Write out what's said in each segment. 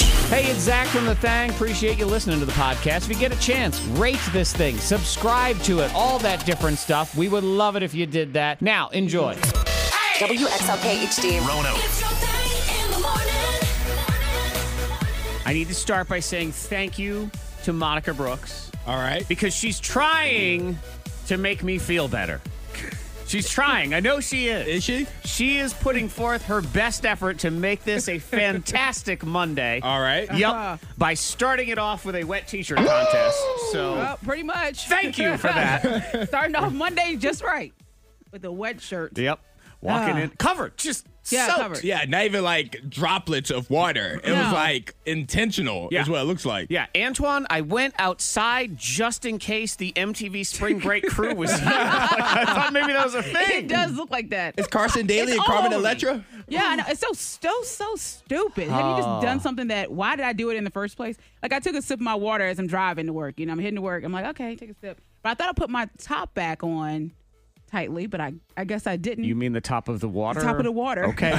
Hey, it's Zach from The Thang. Appreciate you listening to the podcast. If you get a chance, rate this thing, subscribe to it, all that different stuff. We would love it if you did that. Now, enjoy. WXLK HD. Rono. It's your thing in the morning. I need to start by saying thank you to Monica Brooks All right. because she's trying to make me feel better. She's trying. I know she is. Is she? She is putting forth her best effort to make this a fantastic Monday. All right. Yep. By starting it off with a wet t-shirt contest. So Well, pretty much. thank you for that. Starting off Monday just right with a wet shirt. yep. Walking Ah. in covered. Just Yeah, soaked. covered. Yeah, not even like droplets of water. It was No. like intentional, Yeah. is what it looks like. Yeah, Antoine, I went outside just in case the MTV Spring Break crew was here. Like, I thought maybe that was a It thing. does look like that. Is Carson Daly It's and all Carmen over me. Electra? Yeah, I know. It's so so so stupid. Have you Oh. just done something that? Why did I do it in the first place? Like I took a sip of my water as I'm driving to work. You know, I'm heading to work. I'm like, okay, take a sip. But I thought I put my top back on tightly, but I I guess I didn't. mean the top of the water? top of the water. Okay.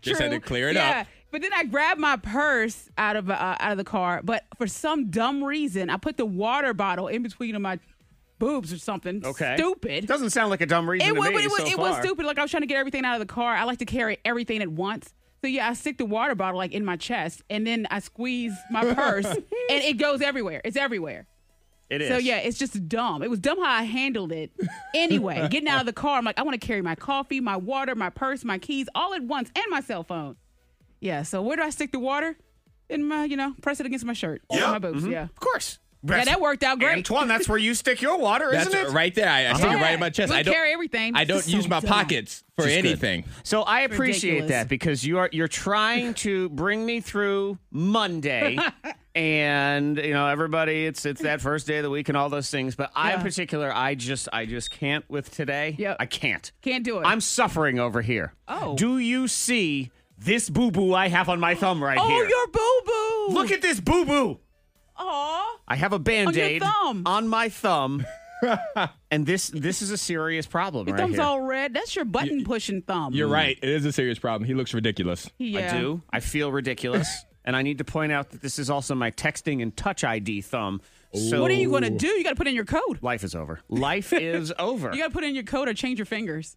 Just had to clear it yeah. up. But then I grabbed my purse out of uh, out of the car, but for some dumb reason, I put the water bottle in between of my boobs or something. okay. Stupid. Doesn't sound like a dumb reason It to was, me but it was, so it was far. stupid. Like I was trying to get everything out of the car. I like to carry everything at once. So yeah, I stick the water bottle like in my chest, and then I squeeze my purse, and it goes everywhere. It's everywhere. It is. So yeah, it's just dumb. It was dumb how I handled it. Anyway, getting out of the car, I'm like, I want to carry my coffee, my water, my purse, my keys, all at once, and my cell phone. Yeah. So where do I stick the water? In my, you know, press it against my shirt, yeah. my boobs. Yeah. Of course. Yeah, that worked out great. Antoine, that's where you stick your water, That's isn't it? right there. I, I stick it Yeah. right in my chest. We I don't carry everything. I don't It's so use my dumb. pockets for Which is good. anything. So I appreciate Ridiculous. that because you are you're trying to bring me through Monday. And you know everybody, it's it's that first day of the week and all those things. But I, in Yeah. particular, I just I just can't with today. Yep. I can't. Can't do it. I'm suffering over here. Oh. do you see this boo boo I have on my thumb right oh, here? your boo boo. Look at this boo boo. Aw. I have a band aid thumb. on my thumb, and this this is a serious problem Your right thumb's here. all red. That's your button pushing thumb. You're right. It is a serious problem. He looks ridiculous. Yeah. I do. I feel ridiculous. and I need to point out that this is also my texting and touch ID thumb. So What are you going to do? You got to put in your code. Life is over. Life is over. You got to put in your code or change your fingers.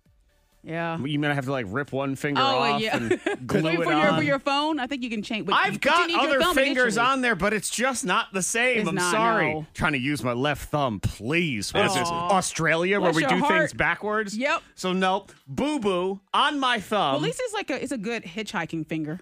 Yeah. You mean I have to like rip one finger Oh, off yeah. and glue Wait, it for, your, on? for your phone, I think you can change. but- I've but got you need your other thumb fingers initially. on there, but it's just not the same. It's I'm not, sorry. no. Trying to use my left thumb, please. What is this? Aw. Australia, Bless where we your do things heart. backwards? Yep. So nope. Boo boo on my thumb. Well, at least it's like a it's a good hitchhiking finger.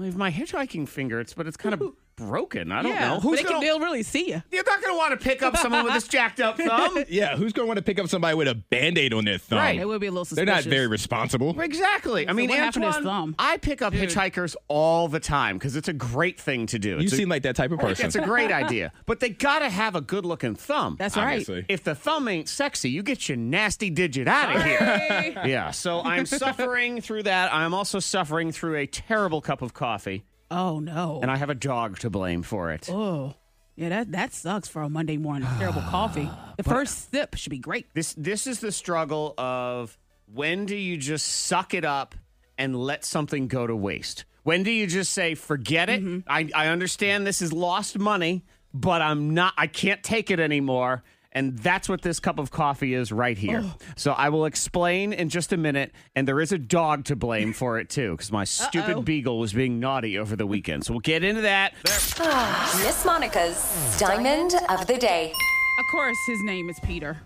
I have my hitchhiking finger. It's but it's kind of broken. I don't yeah, know. Who's they gonna? can they'll really see you. You're not gonna want to pick up someone with this jacked up thumb. Yeah, who's going to want to pick up somebody with a band aid on their thumb? Right. It would be a little They're suspicious. not very responsible. Exactly. I mean, what happened to his Antoine, thumb? I pick up hitchhikers all the time because it's a great thing to do. You It's a- seem like that type of person. it's a great idea, but they gotta have a good looking thumb. That's Obviously. If the thumb ain't sexy, you get your nasty digit out of here. right. Yeah. So I'm suffering through that. I'm also suffering through a terrible cup of coffee, oh no. and I have a dog to blame for it. oh. Yeah, that that sucks for a Monday morning. Terrible coffee. The first sip should be great. This this is the struggle of when do you just suck it up and let something go to waste? When do you just say, forget it? I, I understand this is lost money, but I'm not I can't take it anymore. And that's what this cup of coffee is right here. So I will explain in just a minute. And there is a dog to blame for it too, because my stupid beagle was being naughty over the weekend. So we'll get into that. Miss Monica's Diamond of the Day. Of course, his name is Peter.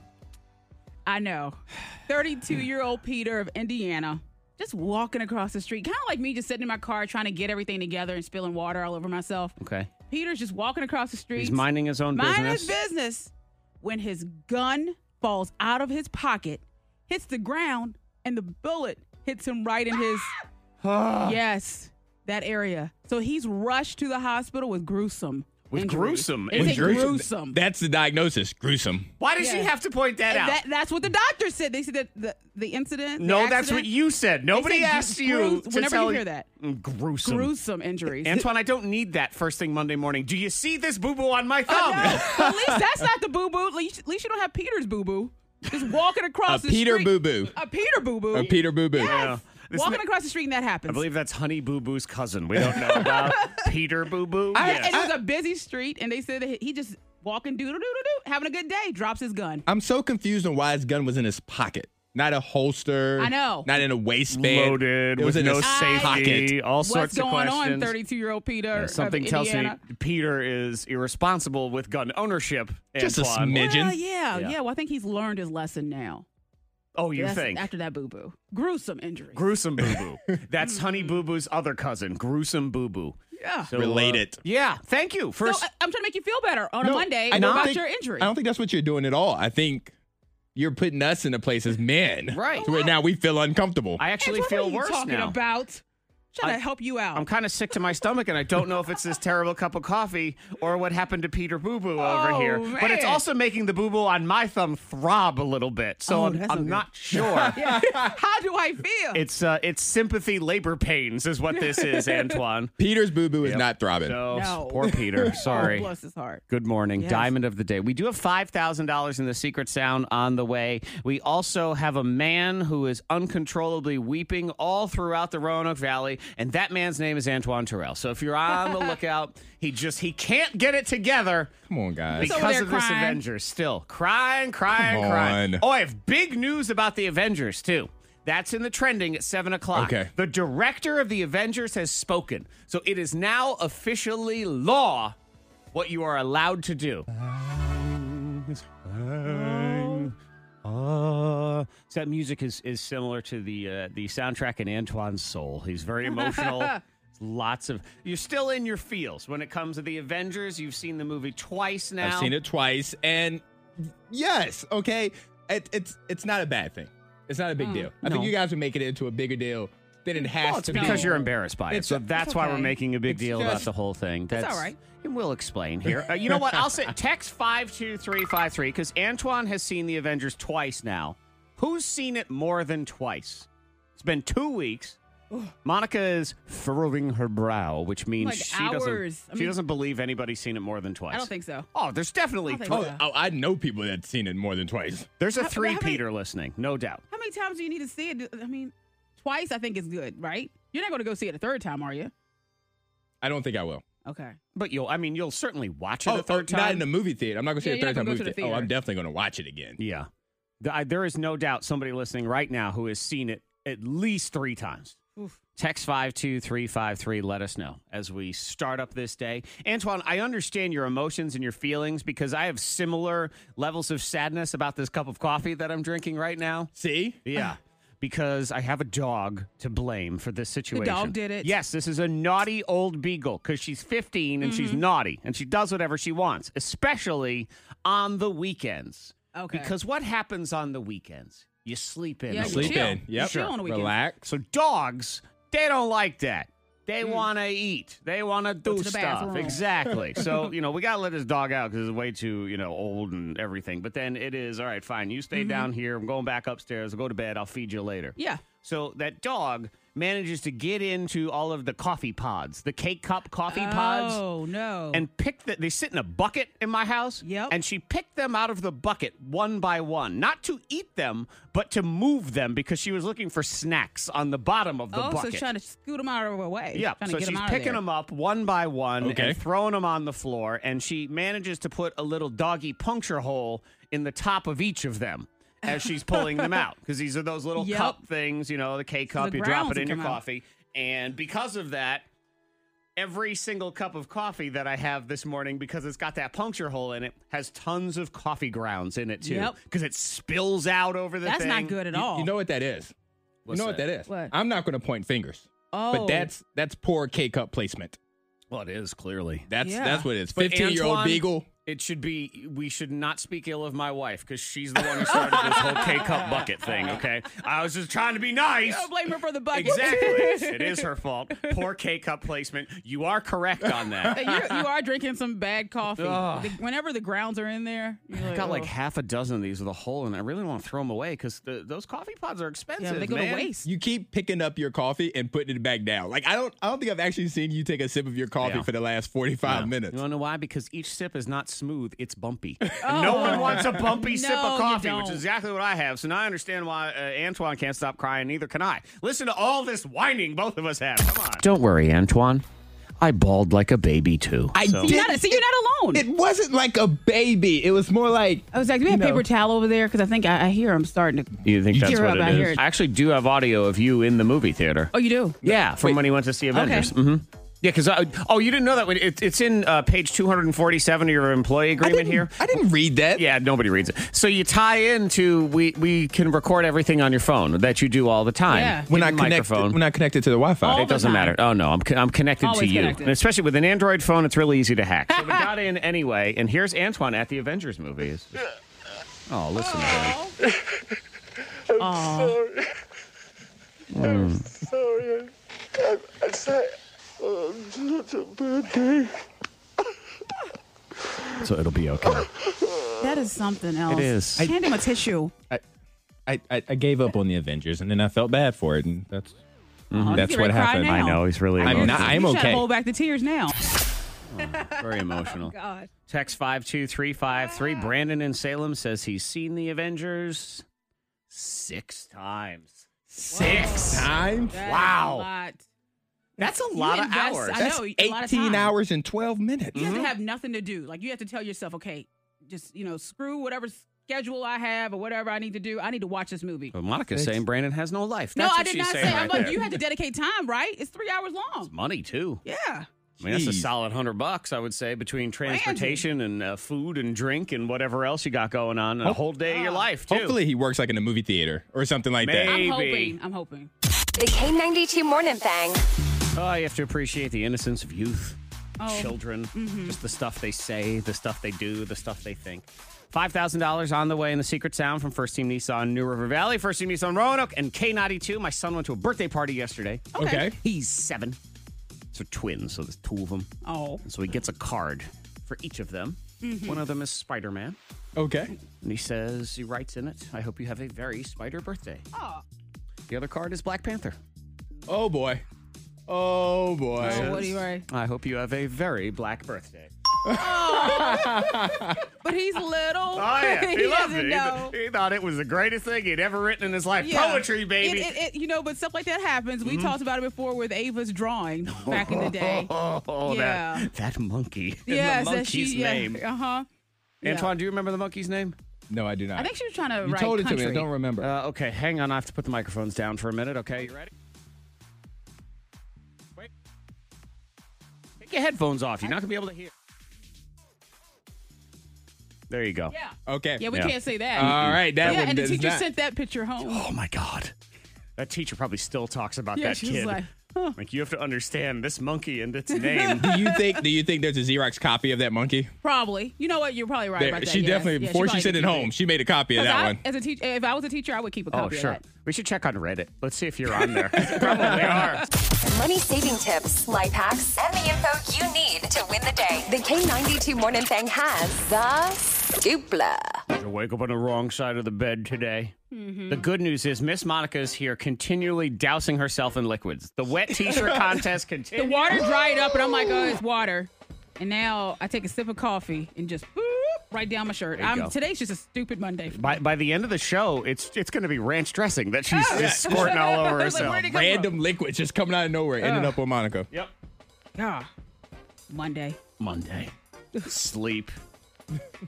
I know. 32 year old Peter of Indiana, just walking across the street, kind of like me just sitting in my car trying to get everything together and spilling water all over myself. Okay. Peter's just walking across the street. He's minding his own Mind business. his business. When his gun falls out of his pocket, hits the ground, and the bullet hits him right in his. Ah. yes, that area. So he's rushed to the hospital with gruesome. With injuries. gruesome Is it injuries? gruesome? That's the diagnosis. Gruesome. Why does she Yeah. have to point that out? That, that's what the doctor said. They said that the, the incident. the No, that's what accident, you said. Nobody gru- asked you gru- to whenever tell you hear that. Mm, Gruesome. Gruesome injuries. Antoine, I don't need that first thing Monday morning. Do you see this boo boo on my Oh, thumb? no. at least that's not the boo boo. At least, at least you don't have Peter's boo boo. Just walking across A the Uh, Peter street. boo-boo. A Peter boo boo. A Peter Boo Boo. Yeah. This Walking ma- across the street and that happens. I believe that's Honey Boo Boo's cousin. We don't know about Peter Boo Boo. Yes. and it was a busy street, and they said that he just walking doodle doodle doo, having a good day, drops his gun. I'm so confused on why his gun was in his pocket. Not a holster. I know. Not in a waistband. Loaded It was with in no his safety, pocket. all What's sorts of going questions. on, 32 year old Peter? Yeah, of something tells me Indiana? Peter is irresponsible with gun ownership. Just a Antoine. smidge. Pigeon? Well, yeah, Yeah. yeah, Well, I think he's learned his lesson now. Oh, you That's- think? After that boo boo. Gruesome injury. Gruesome Boo Boo. That's Honey Boo Boo's other cousin, Gruesome Boo Boo. yeah. So, So, uh, Related. yeah. Thank you. First, I, am trying to make you feel better on a No, Monday I don't about think- your injury. I don't think that's what you're doing at all. I think you're putting us in a place as men. Right. To where now we feel uncomfortable. I actually Antoine, feel what are you worse talking now. about? Trying I- to help you out. I'm kind of sick to my stomach, and I don't know if it's this terrible cup of coffee or what happened to Peter Boo Boo over Oh, here. But it's man. also making the boo boo on my thumb throb a little bit, so Oh, I'm, that's I'm okay. not sure. How do I feel? It's uh, it's sympathy labor pains is what this is, Antoine. Peter's boo boo is Yep. not throbbing. So No. poor Peter. Sorry. Oh, bless his heart. Good morning. Diamond of the day. We do have $5,000 in the secret sound on the way. We also have a man who is uncontrollably weeping all throughout the Roanoke Valley, and that man's name is Antoine Terrell. So if you're on the lookout, he just he can't get it together Come on, guys. over because there of this crying. Avengers. Still crying, crying, Come crying. on. Oh, I have big news about the Avengers too. That's in the trending at seven o'clock. Okay. The director of the Avengers has spoken, so it is now officially law what you are allowed to do. Uh, so that music is, is similar to the uh, the soundtrack in Antoine's Soul. He's very emotional. Lots of you're still in your feels when it comes to the Avengers. You've seen the movie twice now. I've seen it twice, and yes, okay, it, it's it's not a bad thing. It's not a Mm, big deal. I No. think you guys are making it into a bigger deal than it has Well, it's to because be. you're embarrassed by it. It's- so that's why we're okay. making a big It's deal about just- the whole thing. That's all right. And we'll explain here. Uh, you know what? I'll say text 52353 because Antoine has seen the Avengers twice now. Who's seen it more than twice? It's been two weeks. Monica is furrowing her brow, which means Like she hours. doesn't. I she mean- doesn't believe anybody's seen it more than twice. I don't think so. Oh, there's definitely I don't think Oh, oh, I know people that've seen it more than twice. there's a How- how three many- Peter listening, no doubt. How many times do you need to see it? I mean, twice I think is good, right? You're not going to go see it a third time, are you? I don't think I will. Okay. But you'll, I mean, you'll certainly watch it oh, a third oh, time. not in the movie theater. I'm not gonna see Yeah, it you're a third not time gonna go movie to the theater. Oh, I'm theater. definitely gonna watch it again. Yeah. Th- I, there is no doubt somebody listening right now who has seen it at least three times. Oof. Text 52353, let us know as we start up this day. Antoine, I understand your emotions and your feelings because I have similar levels of sadness about this cup of coffee that I'm drinking right now. See, Yeah. Because I have a dog to blame for this situation. did it. Yes, this is a naughty old beagle because she's 15 and Mm-hmm. she's naughty and she does whatever she wants, especially on the weekends. Okay. Because what happens on the weekends? You sleep in. Yeah, a you sleep little. chill. in. Yep. Chill on the weekend. Relax. So dogs, they don't like that. They want to eat. They want to do Mm. to the stuff. bathroom. Exactly. so you know we gotta let this dog out because it's way too you know old and everything. But then it is all right. Fine. You stay Mm-hmm. down here. I'm going back upstairs. I'll go to bed. I'll feed you later. Yeah. So that dog manages to get into all of the coffee pods, the cake cup coffee pods Oh no. and picked that. They sit in a bucket in my house. Yep. And she picked them out of the bucket one by one, not to eat them, but to move them because she was looking for snacks on the bottom of the oh, so bucket. trying to scoot them out of her way. yeah, Trying so to get she's 'em out of picking there. them up one by one Okay. and throwing them on the floor, and she manages to put a little doggy puncture hole in the top of each of them as she's pulling them out because these are those little Yep. cup things, you know, the K cup, the you drop grounds it in that your come out. coffee, and because of that, every single cup of coffee that I have this morning because it's got that puncture hole in it has tons of coffee grounds in it too Yep. because it spills out over the That's thing. not good at all. You know what that is? What's you know what that is? What? I'm not gonna point fingers, oh, but that's that's poor K cup placement. Well, it is clearly. That's Yeah. that's what it is. But 15 year old Antoine- beagle. It should be. We should not speak ill of my wife because she's the one who started this whole K cup bucket thing. Okay, I was just trying to be nice. Don't blame her for the bucket. Exactly, it is her fault. Poor K cup placement. You are correct on that. Hey, you're- you are drinking some bad coffee. Ugh. The- whenever the grounds are in there, you're I got like oh. half a dozen of these with a hole, and I really want to throw them away because those coffee pods are expensive. yeah, they go man. to waste. You keep picking up your coffee and putting it back down. Like I don't I don't think I've actually seen you take a sip of your coffee Yeah. for the last 45 No. minutes. You want to know why? Because each sip is not smooth, it's bumpy. Oh. And no one wants a bumpy sip No, of you coffee, which is don't. exactly what I have. So now I understand why uh, Antoine can't stop crying, neither can I. Listen to all this whining both of us have. Come on. Don't worry, Antoine. I bawled like a baby, too. I So- did. You're not- see, you're not alone. It wasn't like a baby. It was more like I was like, do we have No. paper towel over there? Because I think I, I hear I'm starting to. You think that's Tear what up, it I is? hear it. I actually do have audio of you in the movie theater. Oh, you do? Yeah, from Wait. when he went to see Avengers. hmm Yeah, because oh, you didn't know that. It, it's in uh, page two hundred and forty-seven of your employee I agreement didn't, here. I didn't read that. Yeah, nobody reads it. So you tie into we we can record everything on your phone that you do all the time. Yeah. When Hidden I connect, microphone. when I connected to the Wi-Fi, All it doesn't time. matter. Oh no, I'm I'm connected to Always you, connected. and especially with an Android phone, it's really easy to hack. So we got in anyway, and here's Antoine at the Avengers movies. Oh, listen. buddy. sorry. I, I said, uh, such a bad day. So it'll be okay. That is something else. is. Hand him a tissue. I, I, I gave up on the Avengers, and then I felt bad for it, and that's Oh, That's he's what gonna cry happened. now. I know he's really. I'm emotional. not- I'm You should okay. Hold back the tears now. Oh Very emotional. God. Ah. Text 52353. Brandon in Salem says he's seen the Avengers six times. Six. time. Wow. A lot. That's a lot of invest- hours. I That's know, a lot of 18 time. hours and 12 minutes. You have Mm-hmm. to have nothing to do. Like you have to tell yourself, okay, just you know, screw whatever schedule I have or whatever I need to do. I need to watch this movie. But Monica's Six. saying Brandon has no life. no, Oh, That's I what did she's not say. saying I'm right like, there. you had to dedicate time, right? It's three hours long. Money too. Yeah. I mean, that's a Jeez. solid hundred bucks, I would say, between transportation and uh, food and drink and whatever else you got going on. A whole day of your life too. Hopefully, he works like in a movie theater or something like that. Maybe. I'm hoping. I'm hoping. The K92 Morning Thing. Oh, you have to appreciate the innocence of youth, Oh. children, just the stuff they say, the stuff they do, the stuff they think. $5,000 on the way in the secret sound from First Team Nissan New River Valley, First Team Nissan Roanoke, and K92. My son went to a birthday party yesterday. Okay. He's seven. So twins, so there's two of them. Oh. And so he gets a card for each of them. One of them is Spider Man. Okay. And he says, he writes in it, I hope you have a very spider birthday. Oh. The other card is Black Panther. Oh boy. Oh boy. Oh, what do you write? I hope you have a very black birthday. But he's little. Oh yeah, he, he loved doesn't it. He th- know. He, thought it was the greatest thing he'd ever written in his life. Yeah. Poetry, baby. It, it, it, you know, but stuff like that happens. We talked about it before with Ava's drawing back in the day. oh, Yeah. that that monkey. yes, the that monkey's she. name. Yeah, uh huh. Antoine, do you remember the monkey's name? No, I do not. I think she was trying to you write told country. it to me. I don't remember. Uh, okay, hang on. I have to put the microphones down for a minute. Okay, you ready? Wait. Take your headphones off. You're not gonna be able to hear. There you go. Yeah. okay. Uh, Yeah, we Yeah. can't say that. All right. Uh, That yeah, one and the does teacher not- sent that picture home. Oh my god. That teacher probably still talks about Yeah, that she was kid. like, huh. like you have to understand this monkey and its name. do you think? Do you think there's a Xerox copy of that monkey? Probably. You know what? You're probably right There- about that. she yes. definitely Yeah, before she, probably sent did it keep home, she made a copy of 'Cause that I, one. As a teacher, if I was a teacher, I would keep a copy Oh, of sure. that. We should check on Reddit. Let's see if you're on there. Probably are. Money saving tips, life hacks, and the info you need to win the day. The K92 Morning Thing has the dupla. You wake up on the wrong side of the bed today. Mm-hmm. The good news is Miss Monica is here continually dousing herself in liquids. The wet t-shirt contest The continues. water dried up, and I'm like, oh, it's water. And now I take a sip of coffee and just boop, right down my shirt. you I'm, go. today's just a stupid Monday. For me. by, by the end of the show, it's it's going to be ranch dressing that she's just squirting all over Like, herself. where'd it go? Random liquid just coming out of nowhere. Ended up on Monaco. yep. Ah, Monday. Monday. Sleep.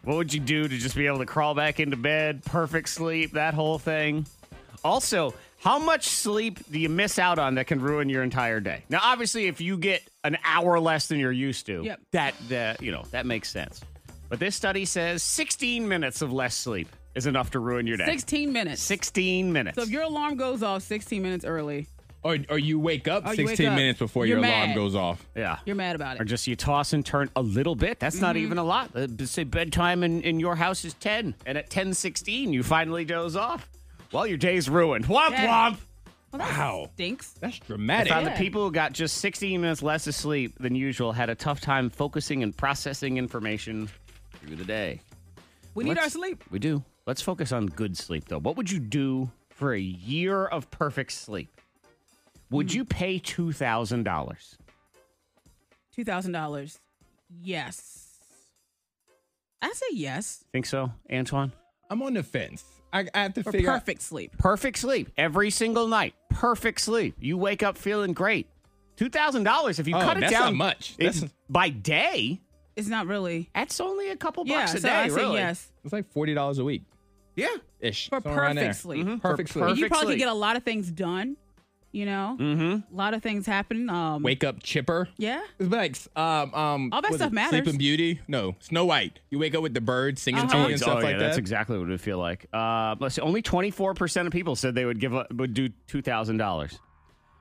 What would you do to just be able to crawl back into bed? Perfect sleep, that whole thing. Also, how much sleep do you miss out on that can ruin your entire day? Now, obviously, if you get an hour less than you're used to, Yep. that that you know that makes sense. But this study says 16 minutes of less sleep is enough to ruin your day. 16 minutes. 16 minutes. So if your alarm goes off 16 minutes ely, Or, or you wake up Oh, you 16 wake up. minutes before You're your alarm mad. goes off. yeah. you're mad about or it. just you toss and turn a little bit. That's Mm-hmm. not even a lot. Uh, b- say bedtime in, in your house is 10, and at 10.16, you finally doze off. Well, your day's ruined. Womp Yeah. womp. Wow. Stinks. That's dramatic. Found Yeah. that people who got just 16 minutes less of sleep than usual had a tough time focusing and processing information through the day. We need our Let's- sleep. We do. Let's focus on good sleep, though. What would you do for a year of perfect sleep? Would Hmm. you pay $2,000? $2,000. Yes. I say yes. Think so, Antoine? I'm on the fence. I, I have to Or figure out. perfect sleep. Perfect sleep every single night. Perfect sleep. You wake up feeling great. Two thousand dollars if you Oh, cut it that's down not much. it- That's- by day. It's not really. That's only a couple Yeah, bucks a so day, I say really. yes. It's like forty dollars a week Yeah. ish. For somewhere around perfect there. sleep. Mhm. Mm-hmm. Perfect For sleep. perfect- you probably sleep. could get a lot of things done, you know? Mm-hmm. A lot of things happen. Um, Wake up chipper. Yeah. It's like um um All that was stuff it matters. Sleeping Beauty. No, Snow White. You wake up with the birds singing Uh-huh. to you Oh, and it's- stuff oh, like yeah, that. that's exactly what it would feel like. Uh, let's see, only 24% of people said they would give up, would do $2,000.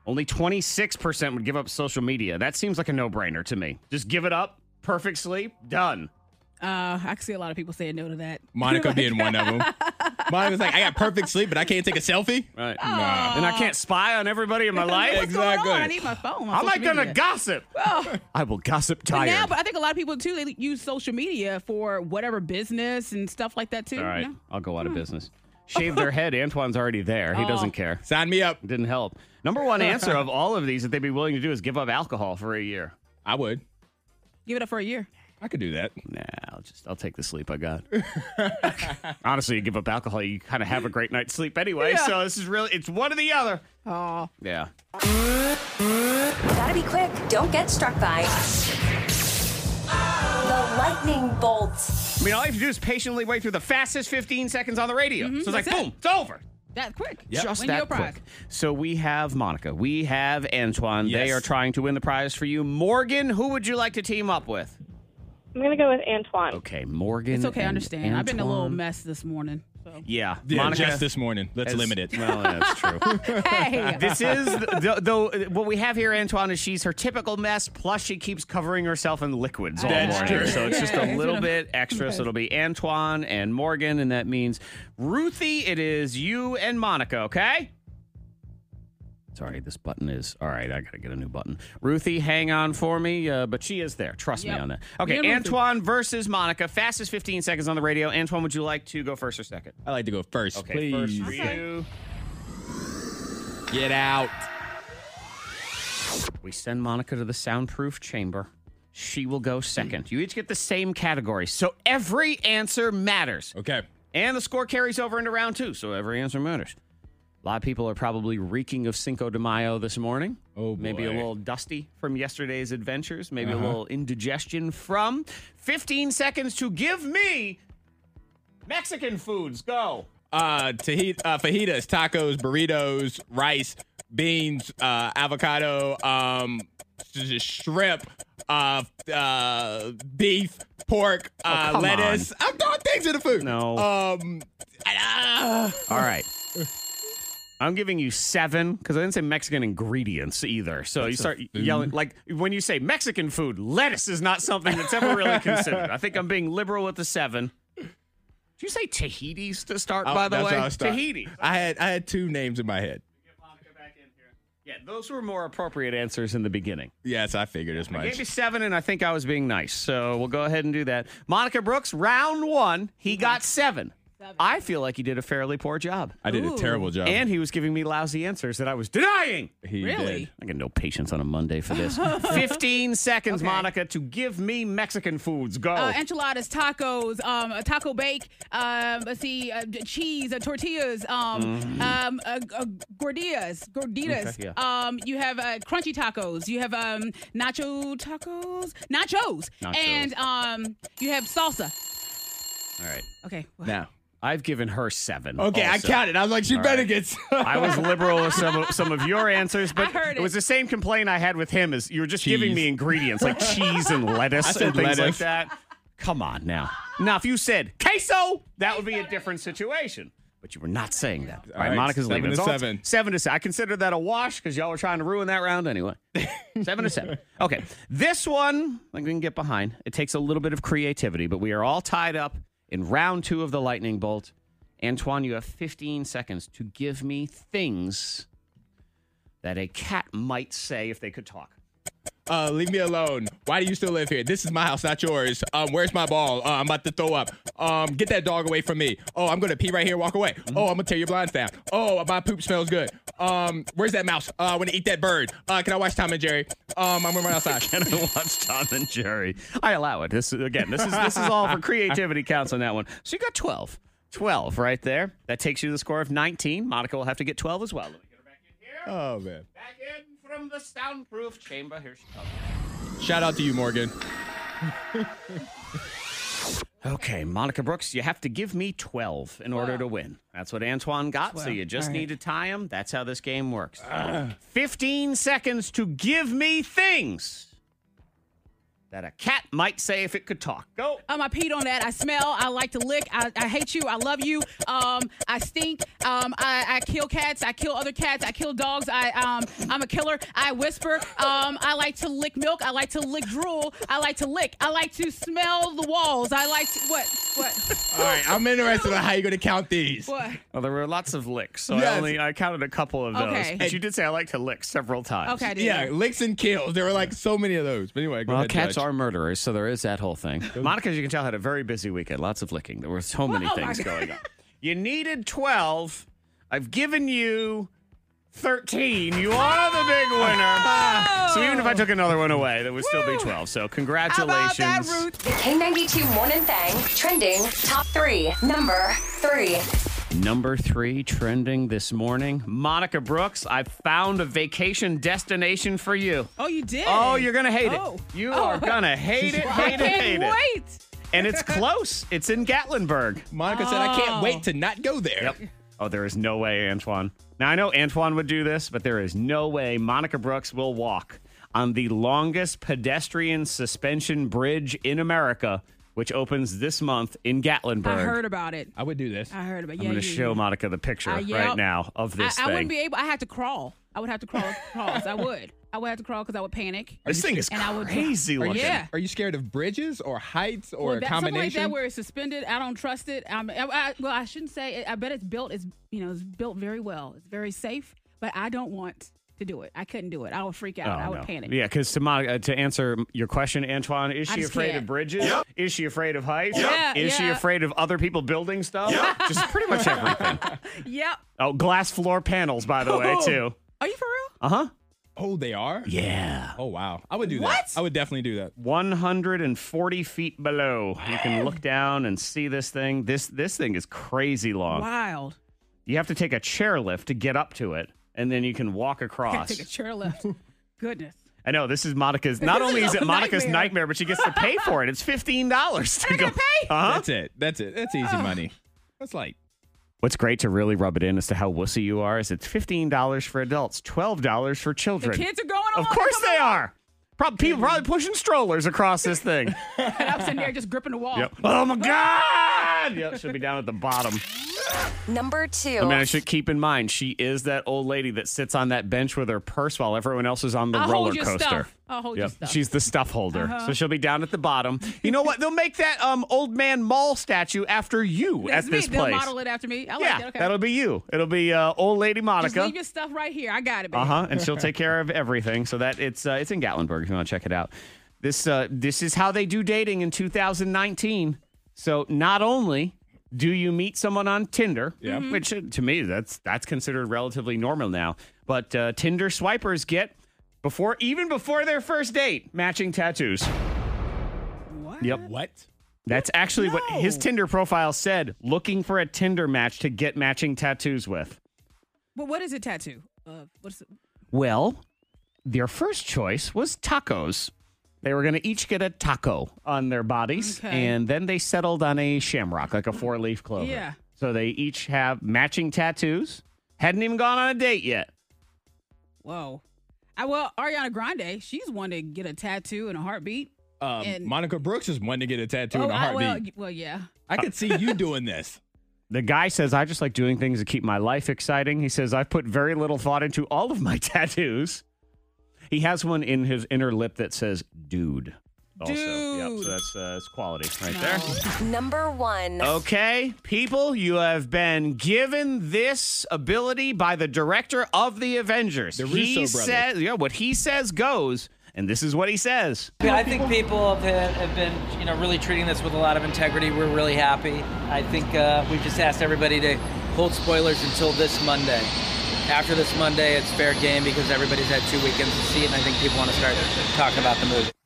Only 26% would give up social media. That seems like a no-brainer to me. Just give it up, perfect sleep, done. Uh, I see a lot of people saying no to that. Monica being one of them. Monica's like, I got perfect sleep, but I can't take a selfie. Right. Nah. And I can't spy on everybody in my life. What's going Exactly. on? I need my phone. How am I going going to gossip? I will gossip tired. Now, but I think a lot of people too they use social media for whatever business and stuff like that too. All right, you know? I'll go Hmm. out of business. Shave their head. Antoine's already there. He Oh. doesn't care. Sign me up. Didn't help. Number one answer of all of these that they'd be willing to do is give up alcohol for a year. I would. Give it up for a year. I could do that. Nah, I'll just I'll take the sleep I got. Honestly, you give up alcohol, you kind of have a great night's sleep anyway. Yeah. So this is really it's one or the other. Oh, Yeah. Gotta be quick. Don't get struck by the lightning bolts. I mean, all you have to do is patiently wait through the fastest 15 seconds on the radio. So it's like Mm-hmm, That's it. boom, it's over. that quick. Just Win that your prize. quick. So we have Monica, we have Antoine. They Yes. are trying to win the prize for you. Morgan, who would you like to team up with? I'm gonna go with Antoine. Okay, Morgan. It's okay, I and understand. I've been a little Antoine. mess this morning. So. Yeah, Yeah, Monica. just this morning. Let's is- limit it. Well, that's true. Hey, This is th- though what we have here, Antoine, is she's her typical mess. Plus, she keeps covering herself in liquids all That's morning, true. so it's just a Yeah. little bit extra. So it'll be Antoine and Morgan, and that means Ruthie. It is you and Monica. Okay. Sorry, this button is all right. I gotta get a new button. Ruthie, hang on for me, uh, but she is there. Trust Yep. me on that. Me Okay, and Ruthie. Antoine versus Monica. Fastest 15 seconds on the radio. Antoine, would you like to go first or second? I like to go first, Okay, please. first for you. Get out. We send Monica to the soundproof chamber. She will go second. You each get the same category, so every answer matters. Okay. And the score carries over into round two, so every answer matters. A lot of people are probably reeking of Cinco de Mayo this morning. Oh, boy. Uh-huh. Maybe a little dusty from yesterday's adventures, maybe a little indigestion from. 15 seconds to give me Mexican foods. Go. Uh, tahit- uh, fajitas, tacos, burritos, rice, beans, uh, avocado, um, s- s- shrimp, uh, uh, beef, pork, uh, Oh, come lettuce. I'm throwing things in the food. No. Um, ah, All right. I'm giving you seven because I didn't say Mexican ingredients either. So you start yelling like when you say Mexican food, lettuce is not something that's ever really considered. I think I'm being liberal with the seven. Did you say Tahiti's to start? Oh, by the that's way, how I start. Tahiti. I had I had two names in my head. Yeah, those were more appropriate answers in the beginning. Yes, I figured as I gave much. you seven, and I think I was being nice. So we'll go ahead and do that. Monica Brooks, round one, he got seven. I feel like he did a fairly poor job. I did a Ooh. terrible job. And he was giving me lousy answers that I was denying. he Really? did. I got no patience on a Monday for this. 15 seconds, Okay. Monica, to give me Mexican foods. Go. uh, enchiladas, tacos, um, a taco bake. Um, let's see, uh, d- cheese, uh, tortillas, um, um, uh, uh, gordillas, gorditas. Mm-hmm. Okay, um, you have uh, crunchy tacos. You have um, nacho tacos, nachos, Nachos. and um, you have salsa. All right. Okay. Now. I've given her seven. Okay, I also. counted. I was like, she better get some. I was liberal with some of, some of your answers, but I heard was it. the same complaint I had with him. Is you were just giving Cheese. me ingredients like cheese and lettuce said and things like lettuce. that. Come on now. Now, if you said queso, that would be a different situation. But you were not saying that. All right, right, Monica's seven leaving. to It's all- seven. Seven to seven. I consider that a wash because y'all were trying to ruin that round anyway. seven to seven. Okay. This one, I can get behind. It takes a little bit of creativity, but we are all tied up in round two of the lightning bolt. Antoine, you have 15 seconds to give me things that a cat might say if they could talk. Uh, leave me alone. Why do you still live here? This is my house, not yours. Um, where's my ball? Uh, I'm about to throw up. Um, get that dog away from me. Oh, I'm gonna pee right here. Walk away. Oh, I'm gonna tear your blinds down. Oh, my poop smells good. Um, where's that mouse? Uh, I want to eat that bird. Uh, can I watch Tom and Jerry? Um, I'm gonna run outside. and I watch Tom and Jerry. I allow it. This again, this is this is all for creativity counts on that one. So you got 12. 12 right there. That takes you to the score of 19. Monica will have to get 12 as well. Let me get her back in here. Oh man! Back in from the soundproof chamber. Here she comes. Shout out to you, Morgan. Okay, Monica Brooks, you have to give me 12 in order to win. That's what Antoine got, so you just need to tie him. That's how this game works. 15 seconds to give me things that a cat might say if it could talk. Go. Um, I peed on that. I smell. I like to lick. I, I hate you. I love you. Um, I stink. Um, I, I kill cats. I kill other cats. I kill dogs. I um, I'm a killer. I whisper. Um, I like to lick milk. I like to lick drool. I like to lick. I like to smell the walls. I like to, what what All right, I'm interested in how you're gonna count these. what. Well, Oh, there were lots of licks, so I Yes. only I counted a couple of those. Okay. But you did say I like to lick several times. Okay, I did. Yeah, licks and kills. There were like so many of those. But anyway, go Well, ahead, cats Judge. are murderers, so there is that whole thing. Monica, as you can tell, had a very busy weekend. Lots of licking. There were so many Oh, my things God. going on. You needed 12. I've given you 13. You are the big winner. So even if I took another one away, there would still be Oh. Woo. 12. So How about congratulations. that, Ruth? The K92 Morning Thang trending top three. Number three. Number three trending this morning. Monica Brooks, I've found a vacation destination for you. Oh, you did. Oh, you're gonna hate Oh. it. You Oh. are gonna hate it, I hate it, hate can't it. wait. And it's close. It's in Gatlinburg. Monica said, I can't wait to not go there. Oh, there is no way, Antoine. Now I know Antoine would do this, but there is no way Monica Brooks will walk on the longest pedestrian suspension bridge in America, which opens this month in Gatlinburg. I heard about it. I would do this. I heard about. it. I'm Yeah, going to you- show Monica the picture Uh, yep. right now of this I, I thing. wouldn't be able. I had to crawl. I would have to crawl across. I would. I would have to crawl because I would panic. this thing is And I would- crazy looking. Yeah. Are you scared of bridges or heights or Well, a that, something like combination? that where it's suspended. I don't trust it. Um, I, I, well, I shouldn't say. It. I bet it's built. It's you know it's built very well. It's very safe. But I don't want to do it. I couldn't do it. I would freak Oh, out. I would no. panic. Yeah, because to, Monica, uh, to answer your question, Antoine, is I she just afraid can't. of bridges? Is she afraid of heights? Yeah, Is she yeah. afraid of other people building stuff? Just pretty much everything. Yep. Oh, glass floor panels, by the way, too. Are you for real? Uh huh. oh, they are? Yeah. Oh, wow. I would do What? that. I would definitely do that. 140 feet below. You can look down and see this thing. This this thing is crazy long. Wild. You have to take a chairlift to get up to it, and then you can walk Gotta across. take a chair left. Goodness. I know this is Monica's. Not only is it Monica's nightmare. Nightmare. but she gets to pay for it. It's fifteen dollars to go. gotta pay? Uh-huh. That's it. That's it. That's easy money. That's like, What's great to really rub it in as to how wussy you are is it's fifteen dollars for adults, twelve dollars for The children. kids are going on. of course they are. Probably people probably pushing strollers across this thing. And I'm sitting there just gripping the wall. Yep. Oh my God! Yep, she'll be down at the bottom. Number two. I mean, I should keep in mind she is that old lady that sits on that bench with her purse while everyone else is on the I'll roller hold your coaster. stuff. I'll hold your stuff. Uh-huh. She's the stuff holder, so she'll be down at the bottom. You know what? They'll make that um old man mall statue after you That's at me. this They'll place. model it after me. I yeah, like that. Okay. will be you. It'll be uh, old lady just Monica. leave your stuff right here. I got it. baby. Uh huh. And she'll take care of everything. So that it's uh, it's in Gatlinburg. If you want to check it out, this uh, this is how they do dating in 2019. So not only do you meet someone on Tinder, yeah. which uh, to me that's that's considered relatively normal now, but uh, Tinder swipers get before even before their first date matching tattoos. What? Yep. what? That's actually what his No. Tinder profile said, looking for a Tinder match to get matching tattoos with. But what is a tattoo? Uh, what's it? Well, their first choice was tacos. They were going to each get a taco on their bodies, Okay. and then they settled on a shamrock, like a four leaf clover. Yeah. So they each have matching tattoos. Hadn't even gone on a date yet. Whoa. I, well, Ariana Grande, she's one to get a tattoo and a heartbeat. Um, And- Oh, Monica Brooks is one to get a tattoo in a I, heartbeat. well, y- well, yeah. I could see you doing this. The guy says, I just like doing things that keep my life exciting. He says, I've put very little thought into all of my tattoos. He has one in his inner lip that says, dude. Also. Yep, Dude. so that's, uh, that's quality right there. Number Oh, one. Okay, people, you have been given this ability by the director of the Avengers. The he Russo brothers. says, yeah, what he says goes, and this is what he says. I mean, I think people have, been- have been, you know, really treating this with a lot of integrity. We're really happy. I think uh, we've just asked everybody to hold spoilers until this Monday. after this Monday, it's fair game because everybody's had two weekends to see it, and I think people want to start talking about the movie.